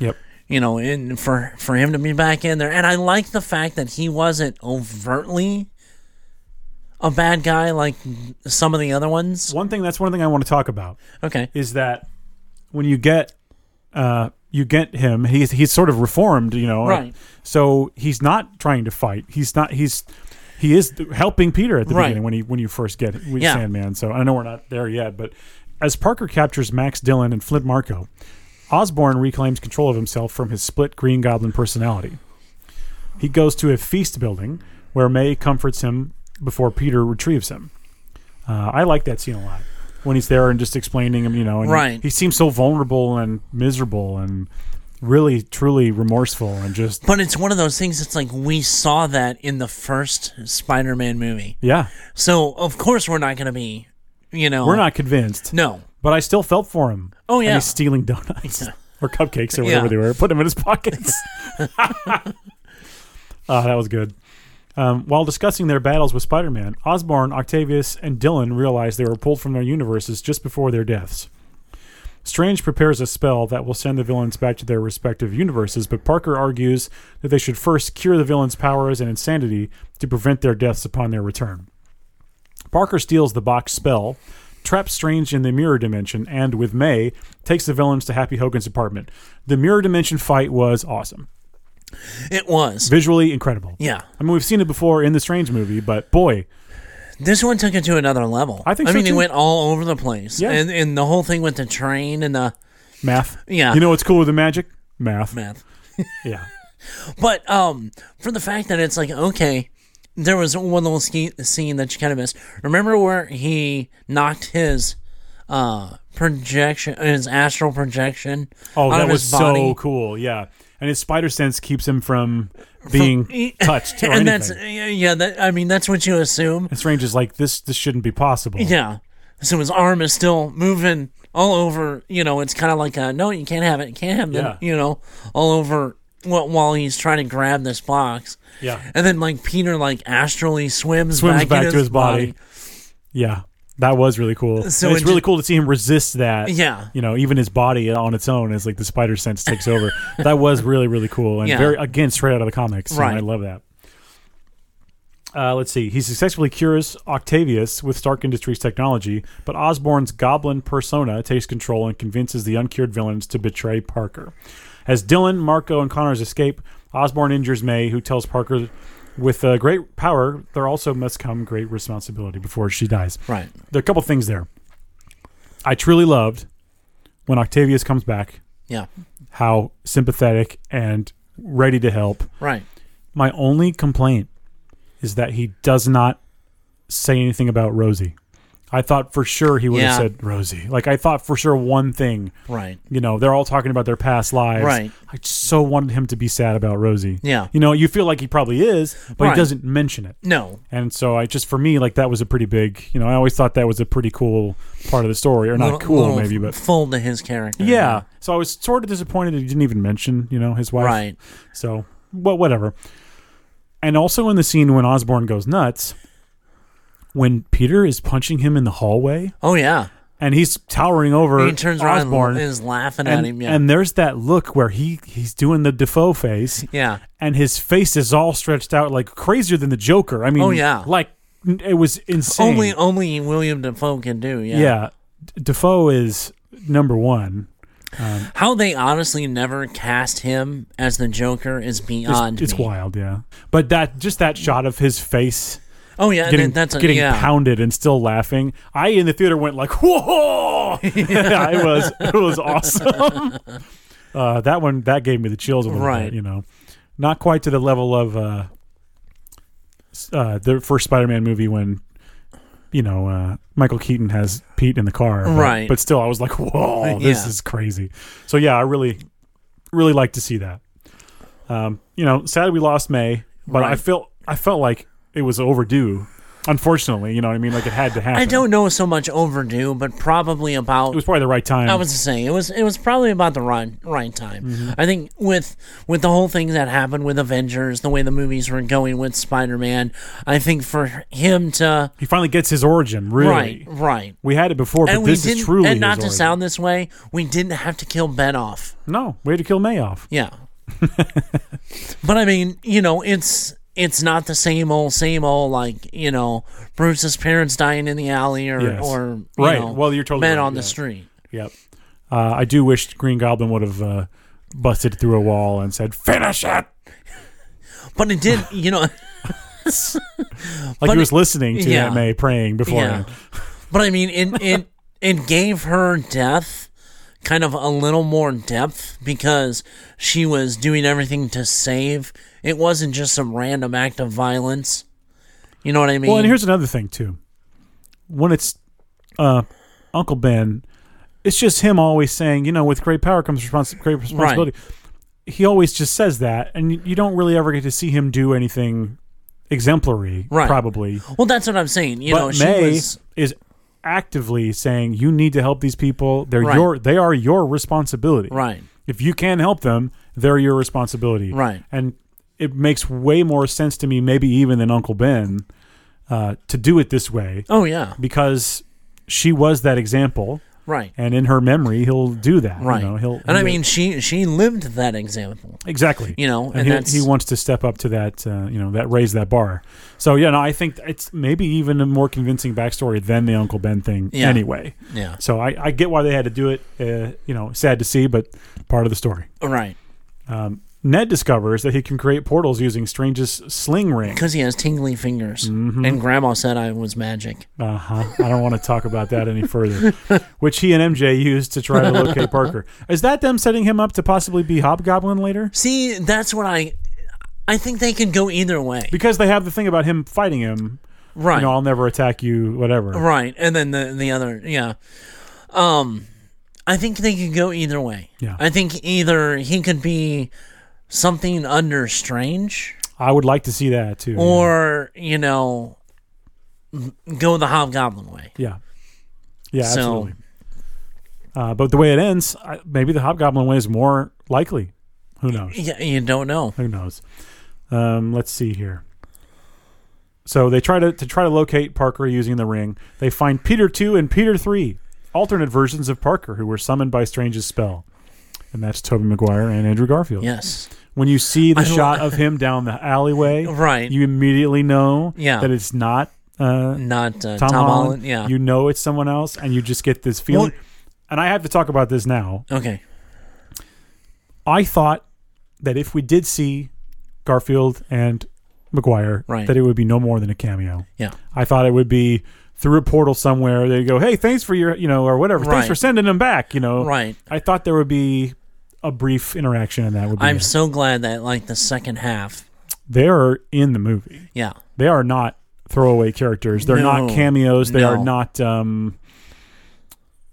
Yep.
you know, and for for him to be back in there, and I like the fact that he wasn't overtly a bad guy like some of the other ones.
One thing that's one thing I want to talk about
Okay,
is that when you get uh you get him, he's he's sort of reformed, you know. uh,
Right.
So he's not trying to fight. He's not he's he is helping Peter at the
Right.
beginning when he when you first get with
Yeah.
Sandman. So I know we're not there yet, but as Parker captures Max Dillon and Flint Marco, Osborne reclaims control of himself from his split Green Goblin personality. He goes to a feast building where May comforts him before Peter retrieves him. Uh, I like that scene a lot when he's there and just explaining him, you know, and
Right.
He seems so vulnerable and miserable and really, truly remorseful and just
but it's one of those things. It's like we saw that in the first Spider-Man movie,
yeah.
so of course we're not going to be, you know,
We're not convinced,
No,
but I still felt for him.
Oh,
And
yeah.
he's stealing donuts or cupcakes or whatever
Yeah.
they were. Put them in his pockets. Ah, that was good. Um, while discussing their battles with Spider-Man, Osborn, Octavius, and Dylan realize they were pulled from their universes just before their deaths. Strange prepares a spell that will send the villains back to their respective universes, but Parker argues that they should first cure the villains' powers and insanity to prevent their deaths upon their return. Parker steals the box spell, traps Strange in the mirror dimension, and with May, takes the villains to Happy Hogan's apartment. The mirror dimension fight was awesome.
it was.
Visually incredible.
Yeah,
I mean, we've seen it before in the Strange movie, but boy,
this one took it to another level.
I think
I
so,
mean, it
too.
went all over the place,
Yeah.
and and the whole thing with the train and the
math.
Yeah.
You know what's cool with the magic? Math.
math.
Yeah.
But um, for the fact that it's like okay, there was one little ski- scene that you kind of missed. Remember where he knocked his uh projection, his astral projection
Oh,
out
that
of
was
his
so
body,
cool. Yeah. And his spider sense keeps him from being touched or
and that's
anything.
yeah. That I mean, that's what you assume.
And Strange is like, this this shouldn't be possible.
Yeah. So his arm is still moving all over. You know, it's kind of like a no, you can't have it. You can't have it.
Yeah.
You know, all over wh- while he's trying to grab this box.
Yeah.
And then like Peter like astrally swims
Swims
back, in his body.
Yeah. That was really cool.
So
and it's
it
really
ju-
cool to see him resist that.
Yeah.
You know, even his body on its own is like the spider sense takes over. That was really, really cool. And
Yeah.
very, again, straight out of the comics. and
Right.
I love that. Uh, let's see. He successfully cures Octavius with Stark Industries technology, but Osborne's goblin persona takes control and convinces the uncured villains to betray Parker. As Dylan, Marco, and Connors escape, Osborne injures May, who tells Parker, "With uh, great power, there also must come great responsibility." Before she dies,
Right.
there are a couple things there. I truly loved when Octavius comes back,
Yeah.
how sympathetic and ready to help
Right.
my only complaint is that he does not say anything about Rosie. I thought for sure he would
Yeah.
have said Rosie. Like I thought for sure one thing.
Right.
You know, they're all talking about their past lives.
Right.
I just so wanted him to be sad about Rosie.
Yeah.
You know, you feel like he probably is, but
Right.
he doesn't mention it.
No.
And so I just for me like that was a pretty big, you know, I always thought that was a pretty cool part of the story or not
Little-
cool
little
maybe, but
fold to his character.
yeah. So I was sort of disappointed that he didn't even mention, you know, his wife.
Right.
So, well, whatever. And also in the scene when Osborne goes nuts, when Peter is punching him in the hallway
Oh yeah.
and he's towering over
He turns around
Osborne,
and is laughing
and,
at him. Yeah.
and there's that look where he he's doing the Defoe face,
yeah.
and his face is all stretched out like crazier than the Joker. I mean,
Oh, yeah.
like n- it was insane.
Only only William Defoe can do. Yeah.
yeah, D- Defoe is number one.
How they honestly never cast him as the Joker is
It's,
beyond.
it's
me.
wild, yeah. But that just that shot of his face
Oh yeah,
getting
that- that's a,
getting
yeah.
pounded and still laughing. I in the theater went like, "Whoa!" I was it was awesome. uh, that one that gave me the chills a little
Right.
bit. You know, not quite to the level of uh, s- uh, the first Spider-Man movie when you know uh, Michael Keaton has Pete in the car, but-
Right.
But still, I was like, "Whoa, this
Yeah.
is crazy." So yeah, I really really like to see that. Um, you know, sad we lost May, but I
Right.
felt I felt like it was overdue. Unfortunately, you know what I mean. Like it had to happen.
I don't know so much overdue, but probably about
It was probably the right time.
I was saying it was it was probably about the right right time.
Mm-hmm.
I think with with the whole thing that happened with Avengers, the way the movies were going with Spider Man, I think for him to
he finally gets his origin. Really,
right right.
we had it before, but
And we
this
didn't,
is truly.
and
his
not to
origin.
sound this way, we didn't have to kill Ben off.
No, way to kill May off.
Yeah. but I mean, you know, it's it's not the same old, same old like you know Bruce's parents dying in the alley or
Yes.
or you
Right.
know,
Well, you're totally
men
right,
on the
yeah.
street.
Yep. Uh, I do wish Green Goblin would have uh, busted through a wall and said, "Finish it."
But it did, you know.
Like
But
he was
it-
listening to
yeah.
Aunt May praying
Yeah.
beforehand.
But I mean, it it it gave her death kind of a little more depth because she was doing everything to save. It wasn't just some random act of violence. You know what I mean?
Well, and here's another thing too. When it's uh, Uncle Ben, it's just him always saying, you know, with great power comes respons- great responsibility. He always just says that, and you, you don't really ever get to see him do anything exemplary.
Right.
Probably,
well, that's what I'm saying. You
but
know, she
May
was
is actively saying, "You need to help these people. They're
Right.
your they are your responsibility.
right.
If you can help them, they're your responsibility.
Right.
And it makes way more sense to me, maybe even than Uncle Ben, uh, to do it this way
Oh yeah,
because she was that example,
right.
and in her memory, he'll do that. you
Right.
know, he'll,
and I
he'll-
mean, she she lived that example.
exactly.
you know, and
he,
that's-
he wants to step up to that. Uh, you know, that raise that bar. So yeah, no, I think it's maybe even a more convincing backstory than the Uncle Ben thing.
Yeah.
Anyway,
Yeah.
so I, I get why they had to do it. Uh, you know, sad to see, but part of the story.
Right.
Ned discovers that he can create portals using Strange's sling ring.
Because he has tingly fingers,
Mm-hmm.
and Grandma said I was magic.
Uh huh. I don't want to talk about that any further. Which he and MJ used to try to locate Parker. Is that them setting him up to possibly be Hobgoblin later?
See, that's what I. I think they can go either way.
Because they have the thing about him fighting him.
right.
You know, I'll never attack you. Whatever.
Right, and then the the other, yeah. Um, I think they could go either way.
Yeah.
I think either he could be something under Strange,
I would like to see that too.
Oh. or you know, m- go the Hobgoblin way.
yeah. Yeah.
So-
Absolutely. Uh, but the way it ends, I, maybe the Hobgoblin way is more likely. Who knows?
Yeah, you don't know.
Who knows? Um, let's see here. So they try to, to try to locate Parker using the ring. They find Peter two and Peter three, alternate versions of Parker who were summoned by Strange's spell, and that's Toby Maguire and Andrew Garfield.
Yes,
When you see the
don't-
shot of him down the alleyway,
Right.
you immediately know
Yeah.
that it's not uh,
not uh,
Tom, Holland.
Yeah.
you know it's someone else, and you just get this feeling.
Well-
and I have to talk about this now.
okay.
I thought that if we did see Garfield and McGuire,
Right.
that it would be no more than a cameo.
Yeah.
I thought it would be through a portal somewhere. They go, "Hey, thanks for your, you know, or whatever. Thanks
Right.
for sending them back." You know,
Right.
I thought there would be a brief interaction, and that would be.
I'm
it.
so glad that like the second half.
they are in the movie.
Yeah.
They are not throwaway characters. They're
No.
not cameos. They
No.
are not, um,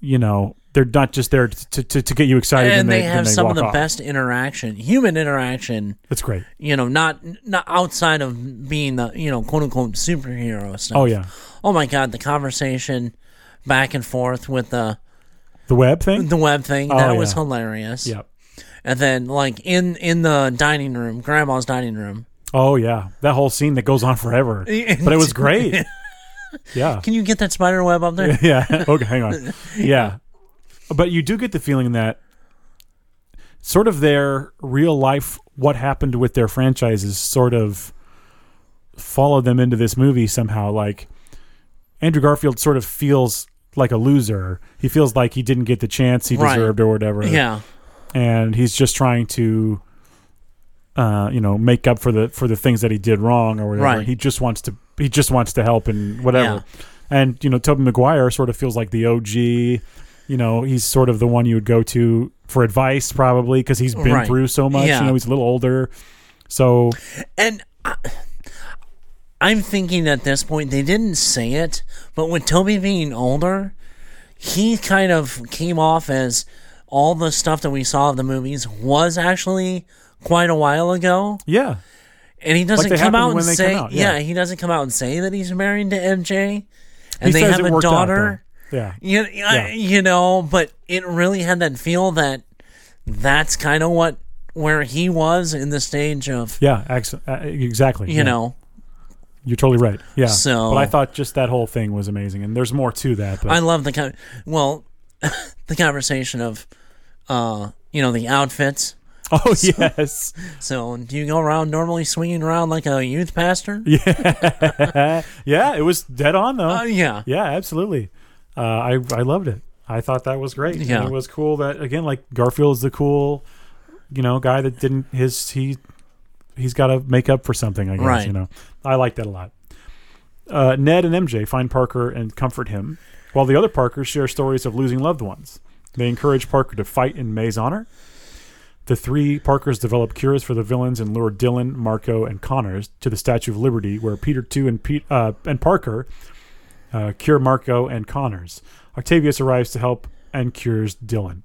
you know, they're not just there to to, to get you excited.
And
and
they,
they,
have
then they
some
walk
of the
off.
best interaction, human interaction
It's great.
you know, not not outside of being the you know quote unquote superhero stuff.
Oh yeah,
Oh my god, the conversation back and forth with the
the web thing.
the web thing
Oh,
that was
yeah.
hilarious.
yep.
And then like in in the dining room, grandma's dining room.
Oh yeah, that whole scene that goes on forever, but it was great. Yeah,
Can you get that spider web up there?
yeah. Okay, hang on. Yeah, but you do get the feeling that sort of their real life, what happened with their franchises, sort of followed them into this movie somehow. Like Andrew Garfield sort of feels like a loser. He feels like he didn't get the chance he
Right.
deserved or whatever
yeah.
and he's just trying to uh, you know make up for the for the things that he did wrong or whatever
Right.
he just wants to he just wants to help and whatever. And you know, Toby Maguire sort of feels like the OG. You know, he's sort of the one you would go to for advice probably because he's been
Right.
through so much.
Yeah.
You know, he's a little older. So
And I, I'm thinking at this point they didn't say it, but with Toby being older, he kind of came off as all the stuff that we saw of the movies was actually quite a while ago,
yeah,
and he doesn't
they
come
happened
out and
when they
say,
come out,
yeah.
yeah.
he doesn't come out and say that he's married to MJ, and
he
they
says
have
it
a
worked out,
daughter.
though. yeah,
You,
Yeah.
I, you know, but it really had that feel that that's kind of what where he was in the stage of
yeah, ex- uh, exactly.
you
yeah.
know
you're totally right. Yeah.
So-
but I thought just that whole thing was amazing, and there's more to that. But
I love the con- well, the conversation of, uh, you know, the outfits.
oh yes,
So, do you go around normally swinging around like a youth pastor? Yeah,
yeah, it was dead on though.
uh, yeah.
Yeah, absolutely. Uh, I I loved it. I thought that was great.
Yeah.
and it was cool that again, like Garfield's the cool, you know, guy that didn't his he he's got to make up for something. I guess
Right.
you know. I like that a lot. Uh, Ned and MJ find Parker and comfort him, while the other Parkers share stories of losing loved ones. They encourage Parker to fight in May's honor. The three Parkers develop cures for the villains and lure Dylan, Marco, and Connors to the Statue of Liberty, where Peter Two and Pete, uh, and Parker uh, cure Marco and Connors. Octavius arrives to help and cures Dylan.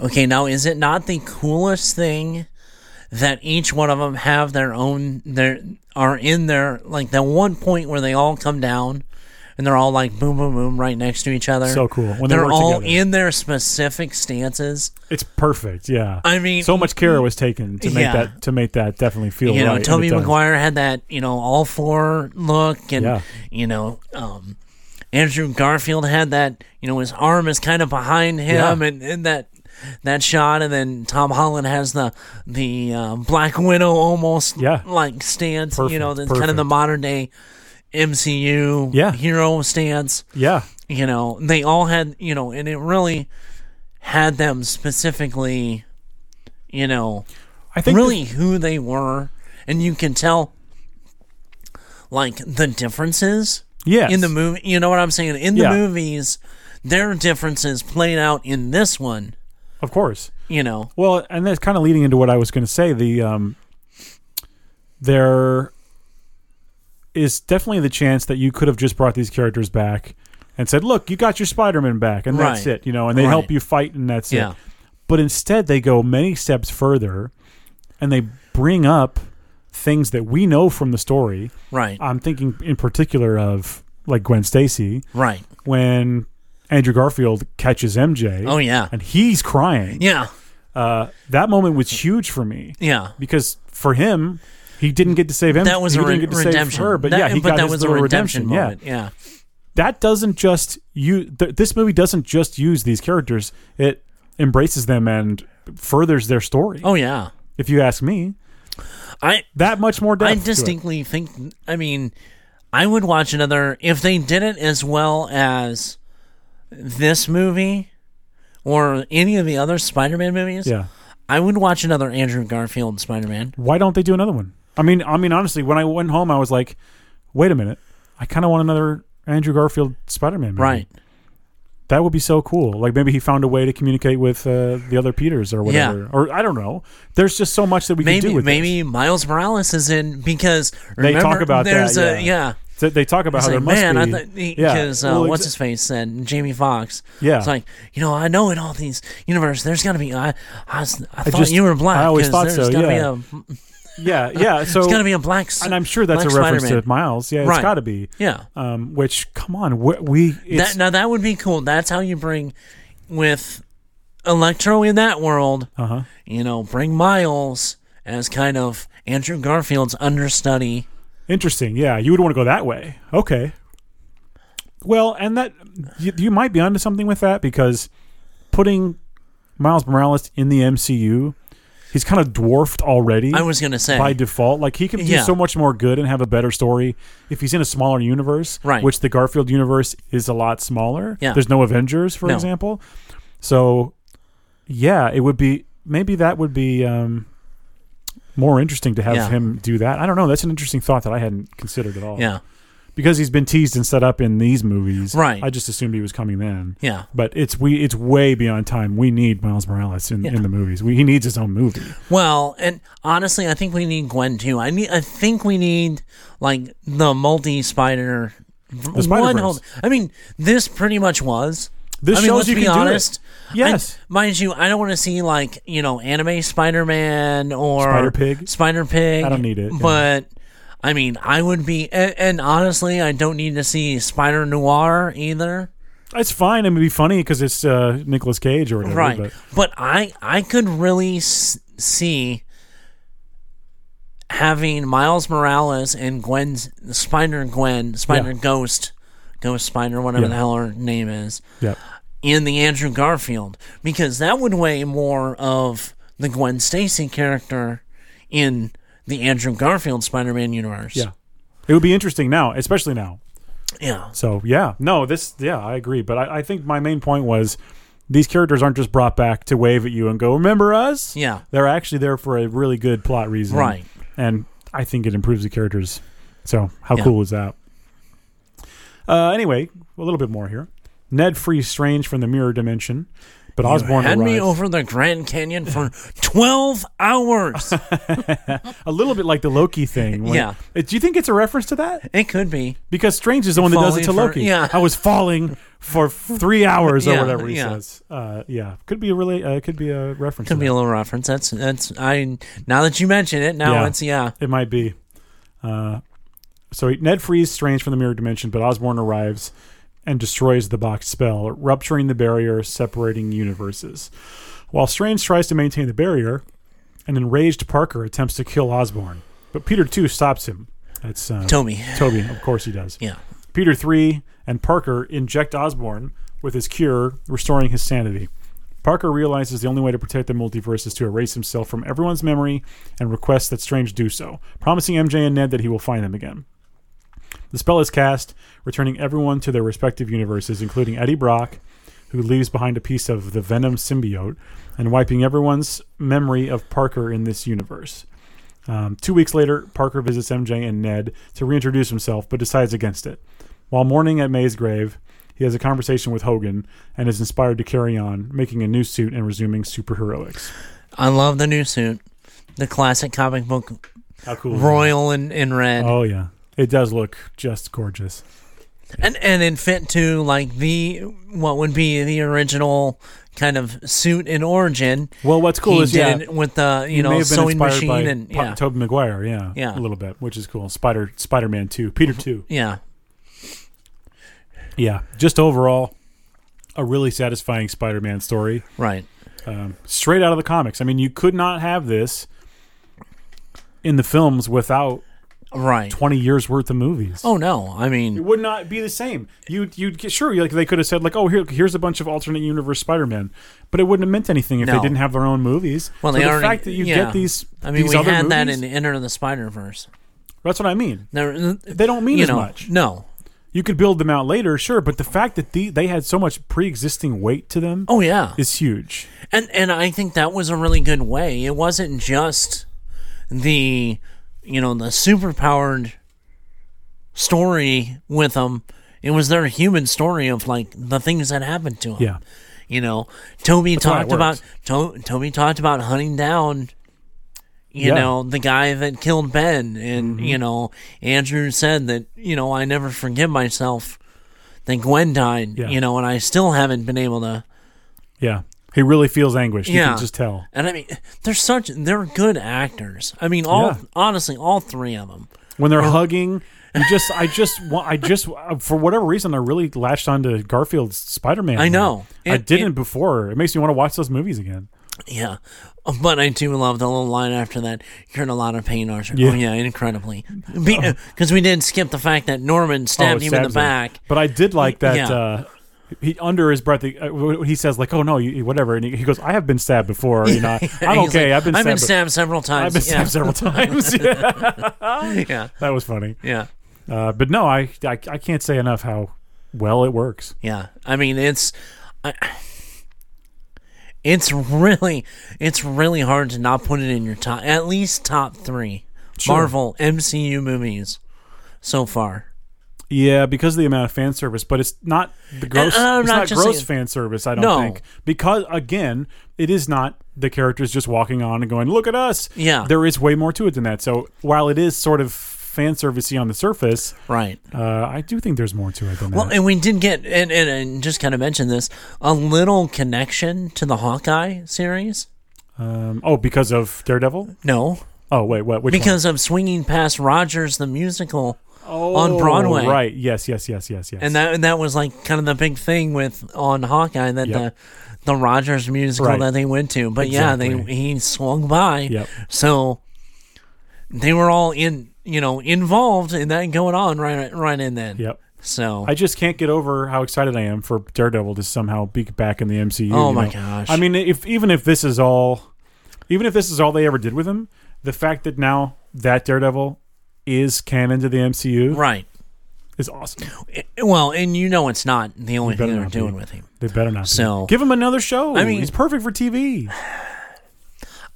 Okay, now is it not the coolest thing that each one of them have their own? Their are in their like the one point where they all come down. And they're all like boom, boom, boom, right next to each other.
So cool. When they
they're
work
all
together.
in their specific stances.
It's perfect. Yeah,
I mean-
so much care was taken to make
Yeah.
that to make that definitely feel
you know,
right. and
Toby
it does.
Maguire had that, you know, all four look, and
Yeah.
you know, um, Andrew Garfield had that, you know, his arm is kind of behind him,
Yeah.
and, and that that shot, and then Tom Holland has the the uh, Black Widow almost,
Yeah.
like stance, you know,
Perfect,
that's kind of the
perfect.
modern day MCU
Yeah.
hero stance.
Yeah,
You know, they all had, you know, and it really had them specifically, you know
I think
really who they were, and you can tell like the differences
yeah
in the movie. You know what I'm saying? In the
Yeah.
movies, their differences played out in this one.
of course.
You know,
Well, and that's kind of leading into what I was going to say. The um, there is definitely the chance that you could have just brought these characters back and said, "Look, you got your Spider-Man back, and that's
Right.
it." You know, and they
Right.
help you fight, and that's
Yeah.
it. But instead, they go many steps further, and they bring up things that we know from the story.
right,
I'm thinking in particular of like Gwen Stacy
right.
when Andrew Garfield catches MJ.
Oh yeah,
And he's crying
yeah,
uh, that moment was huge for me
yeah.
because for him, he didn't get to save him.
That was
he
a re-
didn't get to save
redemption.
her, but
that,
yeah, he
but
got
that
his
was a
little
redemption,
Yeah,
moment. Yeah,
that doesn't just you. Th- this movie doesn't just use these characters; it embraces them and furthers their story.
Oh yeah.
If you ask me,
I
that much more depth.
I
to it.
distinctly think. I mean, I would watch another if they did it as well as this movie or any of the other Spider-Man movies.
Yeah.
I would watch another Andrew Garfield Spider-Man.
Why don't they do another one? I mean, I mean, honestly, when I went home, I was like, "Wait a minute, I kind of want another Andrew Garfield Spider-Man." movie.
Right.
that would be so cool. Like maybe he found a way to communicate with uh, the other Peters or whatever, or I don't know. There's just so much that we can
Maybe
do with
maybe Miles Morales is in because remember,
talk about that,
there's
yeah.
a yeah.
this. So they talk about
It's
how there
like,
must
man,
be,
I
yeah.
because uh,
Well, exa-
what's his face said, Jamie Fox.
Yeah.
it's like you know, I know in all these universe, there's got to be. I, I, was- I thought
just-
you were black.
I always
'cause
thought
there's
so,
gotta
yeah.
Be a,
yeah, yeah. So
It's got to be a black. s-
and I'm sure that's
black
a reference
Spider-Man.
to Miles. Yeah,
Right.
it's got to be.
Yeah.
Um, which come on, we, we it's,
That, now that would be cool. That's how you bring with Electro in that world.
uh-huh.
You know, bring Miles as kind of Andrew Garfield's understudy.
interesting. Yeah, you would want to go that way. Okay. Well, and that you, you might be onto something with that because putting Miles Morales in the MCU, he's kind of dwarfed already.
I was gonna say
by default. Like he can do
Yeah.
so much more good and have a better story if he's in a smaller universe,
Right.
Which the Garfield universe is a lot smaller.
Yeah.
There's no Avengers, for
No.
example. So, yeah, it would be maybe that would be um, more interesting to have
Yeah.
him do that. I don't know. That's an interesting thought that I hadn't considered at all.
Yeah.
because he's been teased and set up in these movies.
Right.
I just assumed he was coming then.
Yeah.
But it's we it's way beyond time. We need Miles Morales in, in the movies. We, he needs his own movie.
Well, and honestly, I think we need Gwen too. I need. I think we need like the multi spider. The
Spider-Verse.
I mean, this pretty much was.
This
I mean,
shows
let's
you
be
can do it.
honest. I-
Yes.
mind you, I don't want to see like you know anime Spider Man or
Spider-Pig?
Spider Pig.
I don't need it, yeah.
But I mean, I would be. And, and honestly, I don't need to see Spider Noir either.
It's fine. It would be funny because it's uh, Nicolas Cage or whatever.
right
But
but i i could really s- see having miles morales and gwen's spider gwen spider
Yeah.
ghost ghost spider whatever
Yeah.
the hell her name is
yeah,
in the andrew garfield because that would weigh more of the gwen stacy character in the andrew garfield spider-man universe
yeah, it would be interesting now, especially now.
yeah
So yeah, no, this yeah, I agree. But I, I think my main point was these characters aren't just brought back to wave at you and go, "Remember us?"
Yeah.
they're actually there for a really good plot reason,
Right.
And I think it improves the characters. So how
Yeah.
cool is that? Uh, anyway, a little bit more here. Ned frees Strange from the mirror dimension, but Osborne
had
arrives.
me over the grand canyon for 12 hours
a little bit like the Loki thing. when-
Yeah.
Uh, Do you think it's a reference to that?
it could be
Because Strange is the one that does it
Falling
to
for-
Loki.
yeah.
I was falling for three hours or
Yeah,
whatever he
yeah.
says. Uh, yeah, could be a really uh, could be a reference.
Could
to
be
that.
a little reference. That's that's I now that you mention it, now
Yeah.
it's yeah.
It might be. Uh, so Ned frees Strange from the mirror dimension, but Osborn arrives and destroys the box spell, rupturing the barrier separating universes. While Strange tries to maintain the barrier, an enraged Parker attempts to kill Osborn, but Peter too stops him. That's uh,
Toby.
Toby, of course he does.
Yeah.
Peter three and Parker inject Osborn with his cure, restoring his sanity. Parker realizes the only way to protect the multiverse is to erase himself from everyone's memory and requests that Strange do so, promising MJ and Ned that he will find them again. The spell is cast, returning everyone to their respective universes, including Eddie Brock, who leaves behind a piece of the Venom symbiote, and wiping everyone's memory of Parker in this universe. Um, two weeks later, Parker visits MJ and Ned to reintroduce himself, but decides against it. While mourning at May's grave, he has a conversation with Hogan and is inspired to carry on, making a new suit and resuming superheroics.
I love the new suit. The classic comic book
How cool! is that?
royal in, in red.
Oh yeah, it does look just gorgeous.
And and in fit to like the what would be the original kind of suit in origin.
Well, what's cool
he
is
did
yeah,
it with the you
He may
know
have been
sewing
inspired
machine
by
and
Pa-
yeah.
Tobey Maguire, yeah,
Yeah. Mm-hmm.
a little bit, which is cool. Spider Spider Man Two, Peter Two,
yeah.
yeah, just overall a really satisfying Spider Man story,
Right.
um, straight out of the comics. I mean, you could not have this in the films without
Right.
twenty years worth of movies.
Oh no. I
It
mean
would not be the same. You you'd get sure like they could have said like oh here here's a bunch of alternate universe Spider Man, but it wouldn't have meant anything if they
No.
didn't have their own movies.
well
so
they
the
already
fact that you
yeah.
get these
I mean
these
we
other
had that
movies,
in Enter the Spider Verse.
that's what I mean.
They
They don't mean
you
as
know,
much.
No.
You could build them out later, sure, but the fact that the, they had so much pre existing weight to them
Oh yeah.
is huge.
And and I think that was a really good way. It wasn't just the you know the superpowered story with them. It was their human story of like the things that happened to them.
Yeah,
You know, Toby
why it
talked about to- Toby talked about hunting down
Yeah.
you
Mm-hmm.
know the guy that killed Ben and you know Andrew said that you know I never forgive myself that Gwen died,
Yeah.
you know, and I still haven't been able to
yeah. He really feels anguished. You
Yeah.
can just tell.
And I mean, they're such they're good actors. I mean, all
Yeah.
honestly, all three of them.
when they're hugging. You just, I just, wa- I just, uh, for whatever reason, I really latched onto Garfield's Spider-Man.
I know.
I
It-
didn't
it-
before. It makes me want to watch those movies again.
Yeah, but I do love the little line after that. You're in a lot of pain, Arthur.
Yeah.
Oh yeah, incredibly. Because we didn't skip the fact that Norman stabbed
Oh,
him in the
stabs
back.
But I did like that.
Yeah.
Uh, he under his breath, he, uh, wh- he says like, "Oh no, you, whatever," and he, he goes, "I have been stabbed before. You know, I'm
He's
okay. I've
like,
been stabbed. be-
several
I've
times.
been stabbed several times." yeah,
yeah. yeah,
that was funny.
yeah,
Uh, but no, I, I, I can't say enough how well it works.
yeah. I mean, it's I, It's really it's really hard to not put it in your top at least top three
Sure.
Marvel MCU movies so far.
Yeah, because of the amount of fan service, but it's not the gross.
uh, I'm
it's
not
not,
just
gross
saying-
fan service. I don't
No.
think because again, it is not the characters just walking on and going, "Look at us."
Yeah.
there is way more to it than that. So while it is sort of fan servicey on the surface,
Right.
uh, I do think there's more to it than
Well,
that.
and we did get and, and, and just kind of mention this a little connection to the Hawkeye series.
Um, oh, because of Daredevil.
No,
Oh wait, what? Which one?
because of swinging past Rogers the musical,
oh,
on Broadway.
right? Yes, yes, yes, yes, yes.
and that and that was like kind of the big thing with on Hawkeye that
Yep.
the the Rogers musical
Right.
that they went to. But yeah, they
Exactly.
he swung by.
Yep.
So they were all in you know involved in that going on right right in then.
Yep.
So
I just can't get over how excited I am for Daredevil to somehow be back in the MCU.
Oh
you
my
know?
gosh.
I mean, if even if this is all, even if this is all they ever did with him, the fact that now that Daredevil is canon to the MCU
right.
is awesome.
I- Well, and you know it's not the only
better
thing they're
not be.
doing with him.
They better not. be.
So-
give him another show.
I mean-
he's perfect for TV.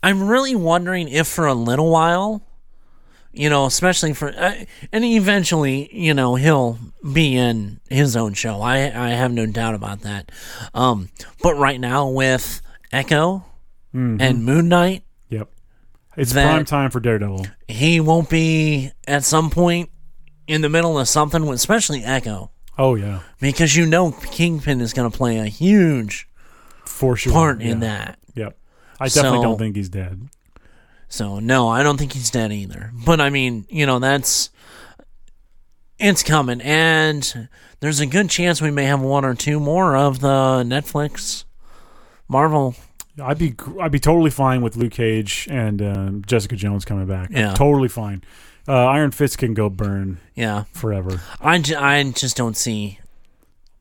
I'm really wondering if for a little while, you know, especially for, uh, and eventually, you know, he'll be in his own show. I I have no doubt about that. Um, but right now with Echo and Moon Knight,
Yep. It's
That-
prime time for Daredevil.
he won't be at some point in the middle of something, with- especially Echo,
Oh yeah,
because you know Kingpin is going to play a huge
for sure.
part in
Yeah.
that.
Yep. I definitely
So-
don't think he's dead.
So no, I don't think he's dead either. But I mean, you know, that's it's coming, and there's a good chance we may have one or two more of the Netflix Marvel.
I'd be gr- I'd be totally fine with Luke Cage and um, Jessica Jones coming back.
Yeah.
totally fine. Uh, Iron Fist can go burn
Yeah,
forever.
I, ju- I just don't see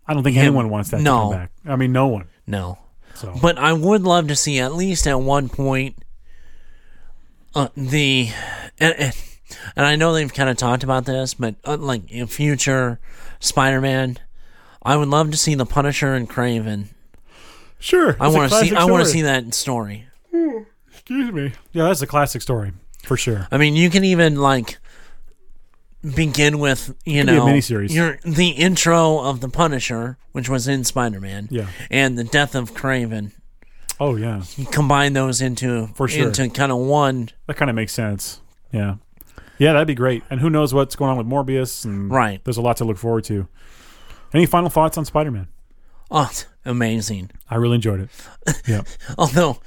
I don't think anyone wants that
no.
to come back. I mean, no one.
no.
So
But I would love to see at least at one point uh, the and, and and I know they've kind of talked about this, but uh, like in future Spider-Man, I would love to see the Punisher and Craven
sure,
I want to see. I want to see that story.
Excuse me. Yeah, that's a classic story for sure.
I mean, you can even like begin with you
Could be a
know
miniseries.
Your the intro of the Punisher, which was in Spider Man,
Yeah.
and the death of Craven.
Oh yeah,
You combine those into
For sure.
into kind of one
that kind of makes sense. Yeah, yeah, that'd be great. And who knows what's going on with Morbius? And
right.
There's a lot to look forward to. Any final thoughts on Spider-Man?
Oh, it's amazing.
I really enjoyed it. Yeah,
Although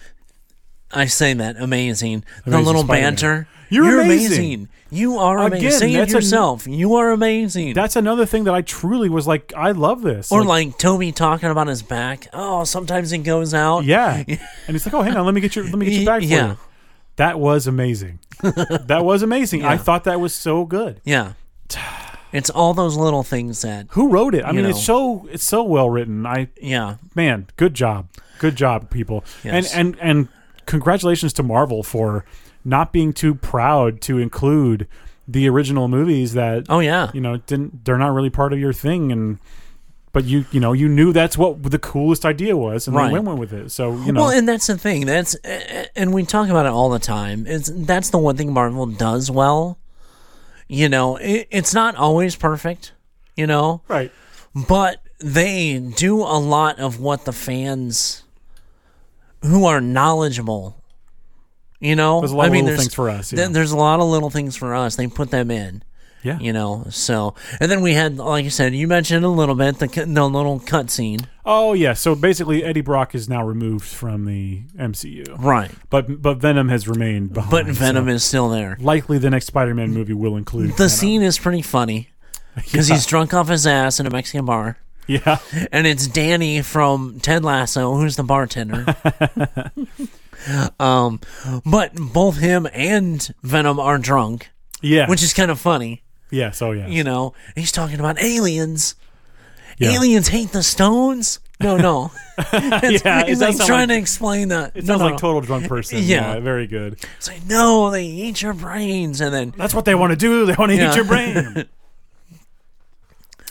I say that amazing, the
Amazing
little
Spider-Man.
banter.
You're amazing.
You are
Again,
amazing. Say it
that's a-
yourself. you are amazing.
that's another thing that I truly was like, I love this.
or
Like,
like, Toby talking about his back. Oh, sometimes it goes out.
Yeah. And he's like, "Oh, hang on, let me get your let me get your bag for
Yeah.
you." That was amazing. that was amazing. I thought that was so good.
Yeah. It's all those little things that
Who wrote it? I
You
mean,
know.
it's so it's so well written. I
yeah.
man, good job. Good job, people.
Yes.
And and and congratulations to Marvel for not being too proud to include the original movies that
Oh yeah.
you know didn't they're not really part of your thing and but you you know you knew that's what the coolest idea was and
Right.
they went with it. So, you know,
Well, and that's the thing. That's and we talk about it all the time. It's that's the one thing Marvel does well. You know, it, it's not always perfect, you know,
right.
but they do a lot of what the fans who are knowledgeable, you know,
There's a lot
I
of
mean,
little
there's-
things for us,
there-
yeah.
There's a lot of little things for us. They put them in.
Yeah.
you know. So, and then we had, like you said, you mentioned a little bit the cu- the little cutscene,
Oh yeah, so basically Eddie Brock is now removed from the MCU,
right?
but but Venom has remained behind.
But Venom
so
is still there.
likely the next Spider-Man movie will include
The
Venom.
scene is pretty funny because he's drunk off his ass in a Mexican bar,
Yeah,
and it's Danny from Ted Lasso, who's the bartender. um, but both him and Venom are drunk,
yeah,
which is kind of funny,
yeah. So yeah,
you know. He's talking about aliens.
yeah.
Aliens hate the stones. No, no. it's,
Yeah, it
he's
does
like
sound
trying
like-
to explain that.
It
no,
sounds
no,
like
no.
total drunk person.
Yeah.
Yeah. very good.
It's like, no, they eat your brains, and then
That's what they want to do. They want to
Yeah.
eat your brain.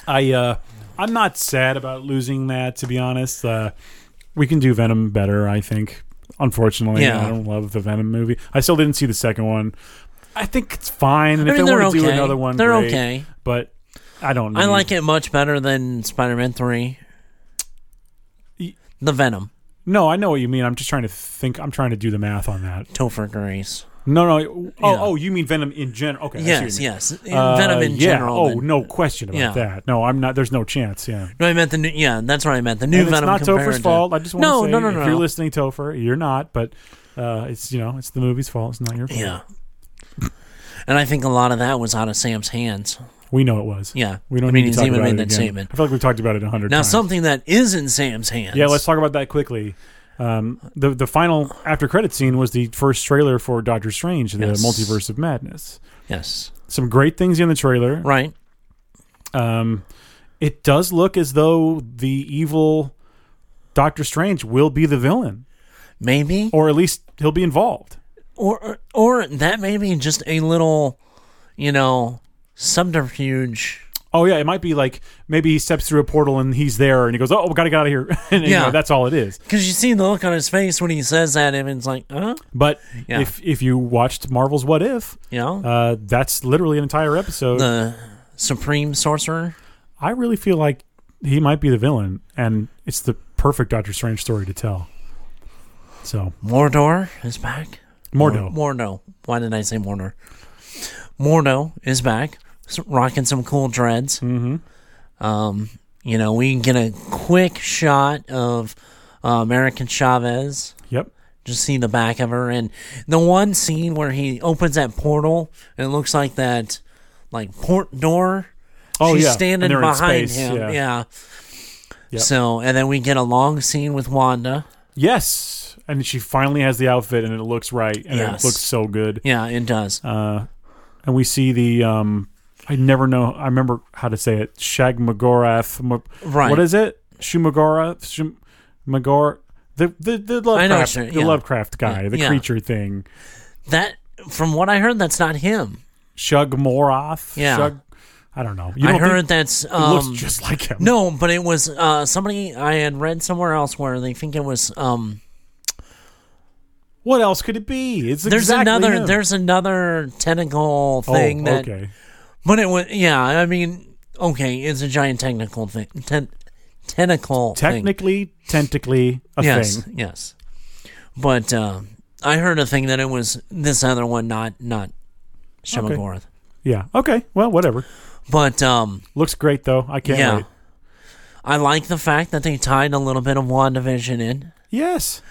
I uh, I'm not sad about losing that. To be honest, uh, we can do Venom better, I think. Unfortunately,
Yeah.
I don't love the Venom movie. I still didn't see the second one. I think it's fine, and
I
if
mean,
they
they're
want to
okay.
do another one,
they're
great. Mm-hmm.
okay.
But I don't.
I like it much better than Spider Man 3.
Y-
The Venom.
No, I know what you mean. I'm just trying to think. I'm trying to do the math on that.
Topher Grace.
No, no. Oh,
Yeah.
oh, you mean Venom in general? Okay, I see what
Yes,
you mean.
yes.
Uh,
Venom in
yeah.
general.
Oh,
then.
no question about
Yeah.
that. No, I'm not. There's no chance. Yeah.
No, I meant the new. Yeah, that's what I meant. The new
and it's
Venom.
not
compared
Topher's
to-
fault. I just want
No,
to say,
no, no,
if
no,
you're
no.
listening, Topher, you're not. But uh, it's you know, it's the movie's fault. It's not your fault.
Yeah. And I think a lot of that was out of Sam's hands.
we know it was.
Yeah.
we don't
I mean,
need
he's
to talk
even
about
made
it
that
again.
statement.
I feel like we've talked about it a hundred.
Now,
times.
something that is in Sam's hands.
Yeah, let's talk about that quickly. Um, the the final after credit scene was the first trailer for Doctor Strange, the
Yes.
Multiverse of Madness.
Yes.
Some great things in the trailer.
Right.
Um, it does look as though the evil Doctor Strange will be the villain,
Maybe.
or at least he'll be involved.
Or, or that may be just a little, you know, subterfuge.
Oh yeah, it might be like maybe he steps through a portal and he's there, and he goes, "Oh, we gotta get out of here." and, you
Yeah.
know, that's all it is.
Because you see the look on his face when he says that, and it's like, uh, huh?
But
Yeah.
if if you watched Marvel's What If,
You know?
uh, that's literally an entire episode.
the Supreme Sorcerer.
I really feel like he might be the villain, and it's the perfect Doctor Strange story to tell. So
Mordor is back.
Mordo,
Mordo. Why did I say Mordor? Mordo is back, s- rocking some cool dreads.
hmm
Um, you know, we can get a quick shot of uh, American Chavez.
yep,
Just see the back of her, and the one scene where he opens that portal, and it looks like that, like port door.
Oh,
She's
yeah, and
standing
they're in
behind
space,
him.
yeah.
Yeah.
Yep.
So, and then we get a long scene with Wanda.
yes, and she finally has the outfit, and it looks right, and
Yes.
it looks so good.
Yeah, it does.
uh, and we see the um, I never know. I remember how to say it. Shagmagorath. Ma-
Right.
What is it? Shumagorath. Shum- Magor. The the the
I know
Lovecraft.
what you're-
The
yeah.
Lovecraft guy.
Yeah,
The
yeah.
creature thing.
that? From what I heard, that's not him.
Shugmoroth.
Yeah.
Shug, I don't know. You
I
don't
heard
think
that's
it
um,
looks just like him.
No, but it was uh, somebody I had read somewhere else where they think it was. Um,
What else could it be? It's
there's
exactly
another.
him.
There's another tentacle
Oh,
thing that.
okay.
But it was. Yeah, I mean, okay, it's a giant technical thing. Ten, tentacle. thing.
Technically, tentacly, a
Yes.
thing.
Yes. But uh, I heard a thing that it was this other one, not not Shemagorth.
Yeah. Okay. Well, whatever.
But um,
Looks great though. I can't
yeah.
wait.
I like the fact that they tied a little bit of WandaVision in.
Yes.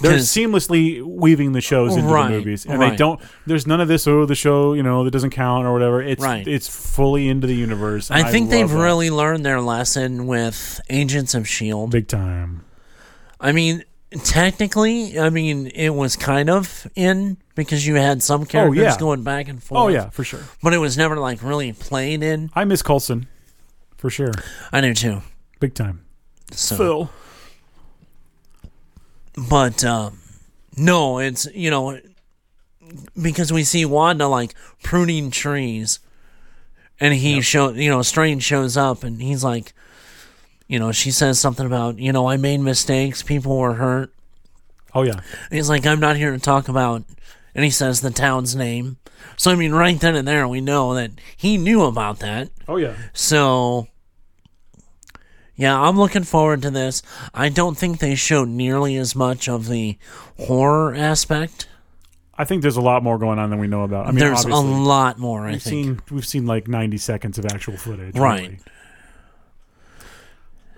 They're
'Cause-
seamlessly weaving the shows into
Right,
the movies, and they
right.
don't. There's none of this. Oh, the show, you know, that doesn't count or whatever. It's
Right.
it's fully into the universe. and
I think
love
they've
that.
really learned their lesson with Agents of S.H.I.E.L.D.
big time.
E I mean, technically, I mean, it was kind of in because you had some characters
Oh, yeah.
going back and forth.
Oh yeah, for sure.
But it was never like really played in.
I miss Coulson, for sure,
I do too.
big time.
So,
Phil,
but um, no, it's you know because we see Wanda like pruning trees, and he show you know Strange shows up and he's like, you know, she says something about you know I made mistakes, people were hurt,
oh yeah,
And He's like, I'm not here to talk about. And he says the town's name. So, I mean, right then and there, we know that he knew about that.
oh yeah.
So, yeah, I'm looking forward to this. I don't think they show nearly as much of the horror aspect.
I think there's a lot more going on than we know about. I mean,
There's a
obviously,
lot more, I
we've
think.
seen we've seen like 90 seconds of actual footage.
Right.
really.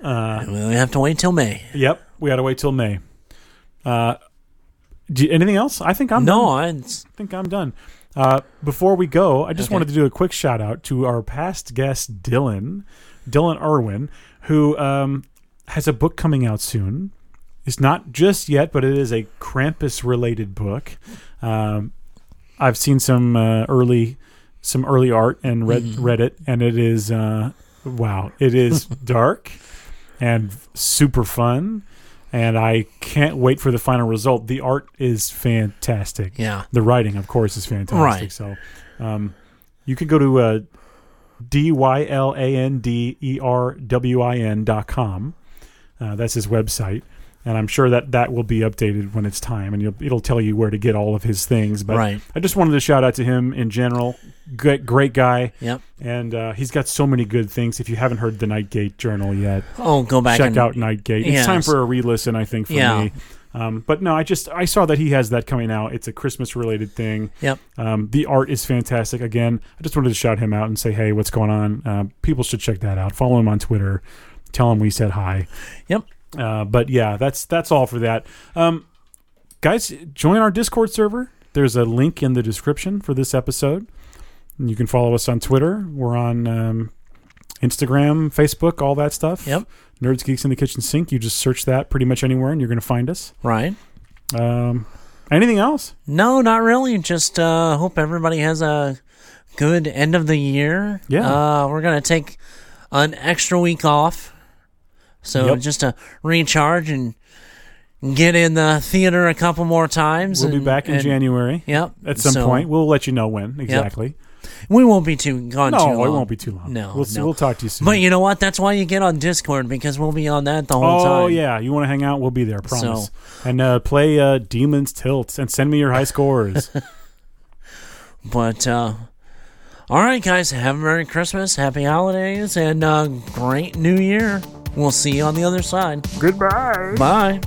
Uh,
We'll have to wait till May.
yep. We got to wait till May. Uh, do, anything else? I think I'm
No, I, it's-
think I'm done. Uh, before we go, I just
Okay.
wanted to do a quick shout out to our past guest, Dylan, Dylan Irwin, who um, has a book coming out soon. It's not just yet, but it is a Krampus related book. Um, I've seen some uh, early some early art and read read it, and it is uh, wow, it is dark and super fun. And I can't wait for the final result. The art is fantastic
yeah.
the writing, of course, is fantastic.
Right.
So, um, you can go to uh, d y l a n d e r w i n dot com. Uh, that's his website, and I'm sure that that will be updated when it's time, and you'll, it'll tell you where to get all of his things. But
Right.
I just wanted to shout out to him in general. Great, great guy,
Yep.
and uh, he's got so many good things. If you haven't heard the Nightgate Journal yet,
Oh, go back
check
and
out Nightgate. It's
Yes.
time for a re-listen, I think, for
Yeah.
me. Um, but no, I just I saw that he has that coming out. It's a Christmas-related thing.
Yep.
Um, the art is fantastic. Again, I just wanted to shout him out and say, hey, what's going on? Uh, people should check that out. Follow him on Twitter. Tell him we said hi.
Yep.
Uh, but yeah, that's that's all for that. Um, guys, join our Discord server. There's a link in the description for this episode. And You can follow us on Twitter. We're on um, Instagram, Facebook, all that stuff.
Yep.
Nerds, geeks in the kitchen sink. You just search that pretty much anywhere, and you're going to find us.
Right.
Um, anything else?
No, not really. Just uh, hope everybody has a good end of the year.
Yeah.
Uh, we're gonna take an extra week off, so
Yep.
just to recharge and get in the theater a couple more times.
We'll be
and-
back in
and-
January
Yep.
at some
So,
point. We'll let you know when exactly.
We won't be too gone too long.
No, it won't be too long.
No,
we'll
no.
we'll talk to you soon.
But you know what? That's why you get on Discord because we'll be on that the whole time.
Oh yeah, you want to hang out? We'll be there, promise.
So-
And uh, play uh, Demons Tilt and send me your high scores.
But uh all right guys, have a merry Christmas, happy holidays and uh great new year. We'll see you on the other side.
Goodbye.
Bye.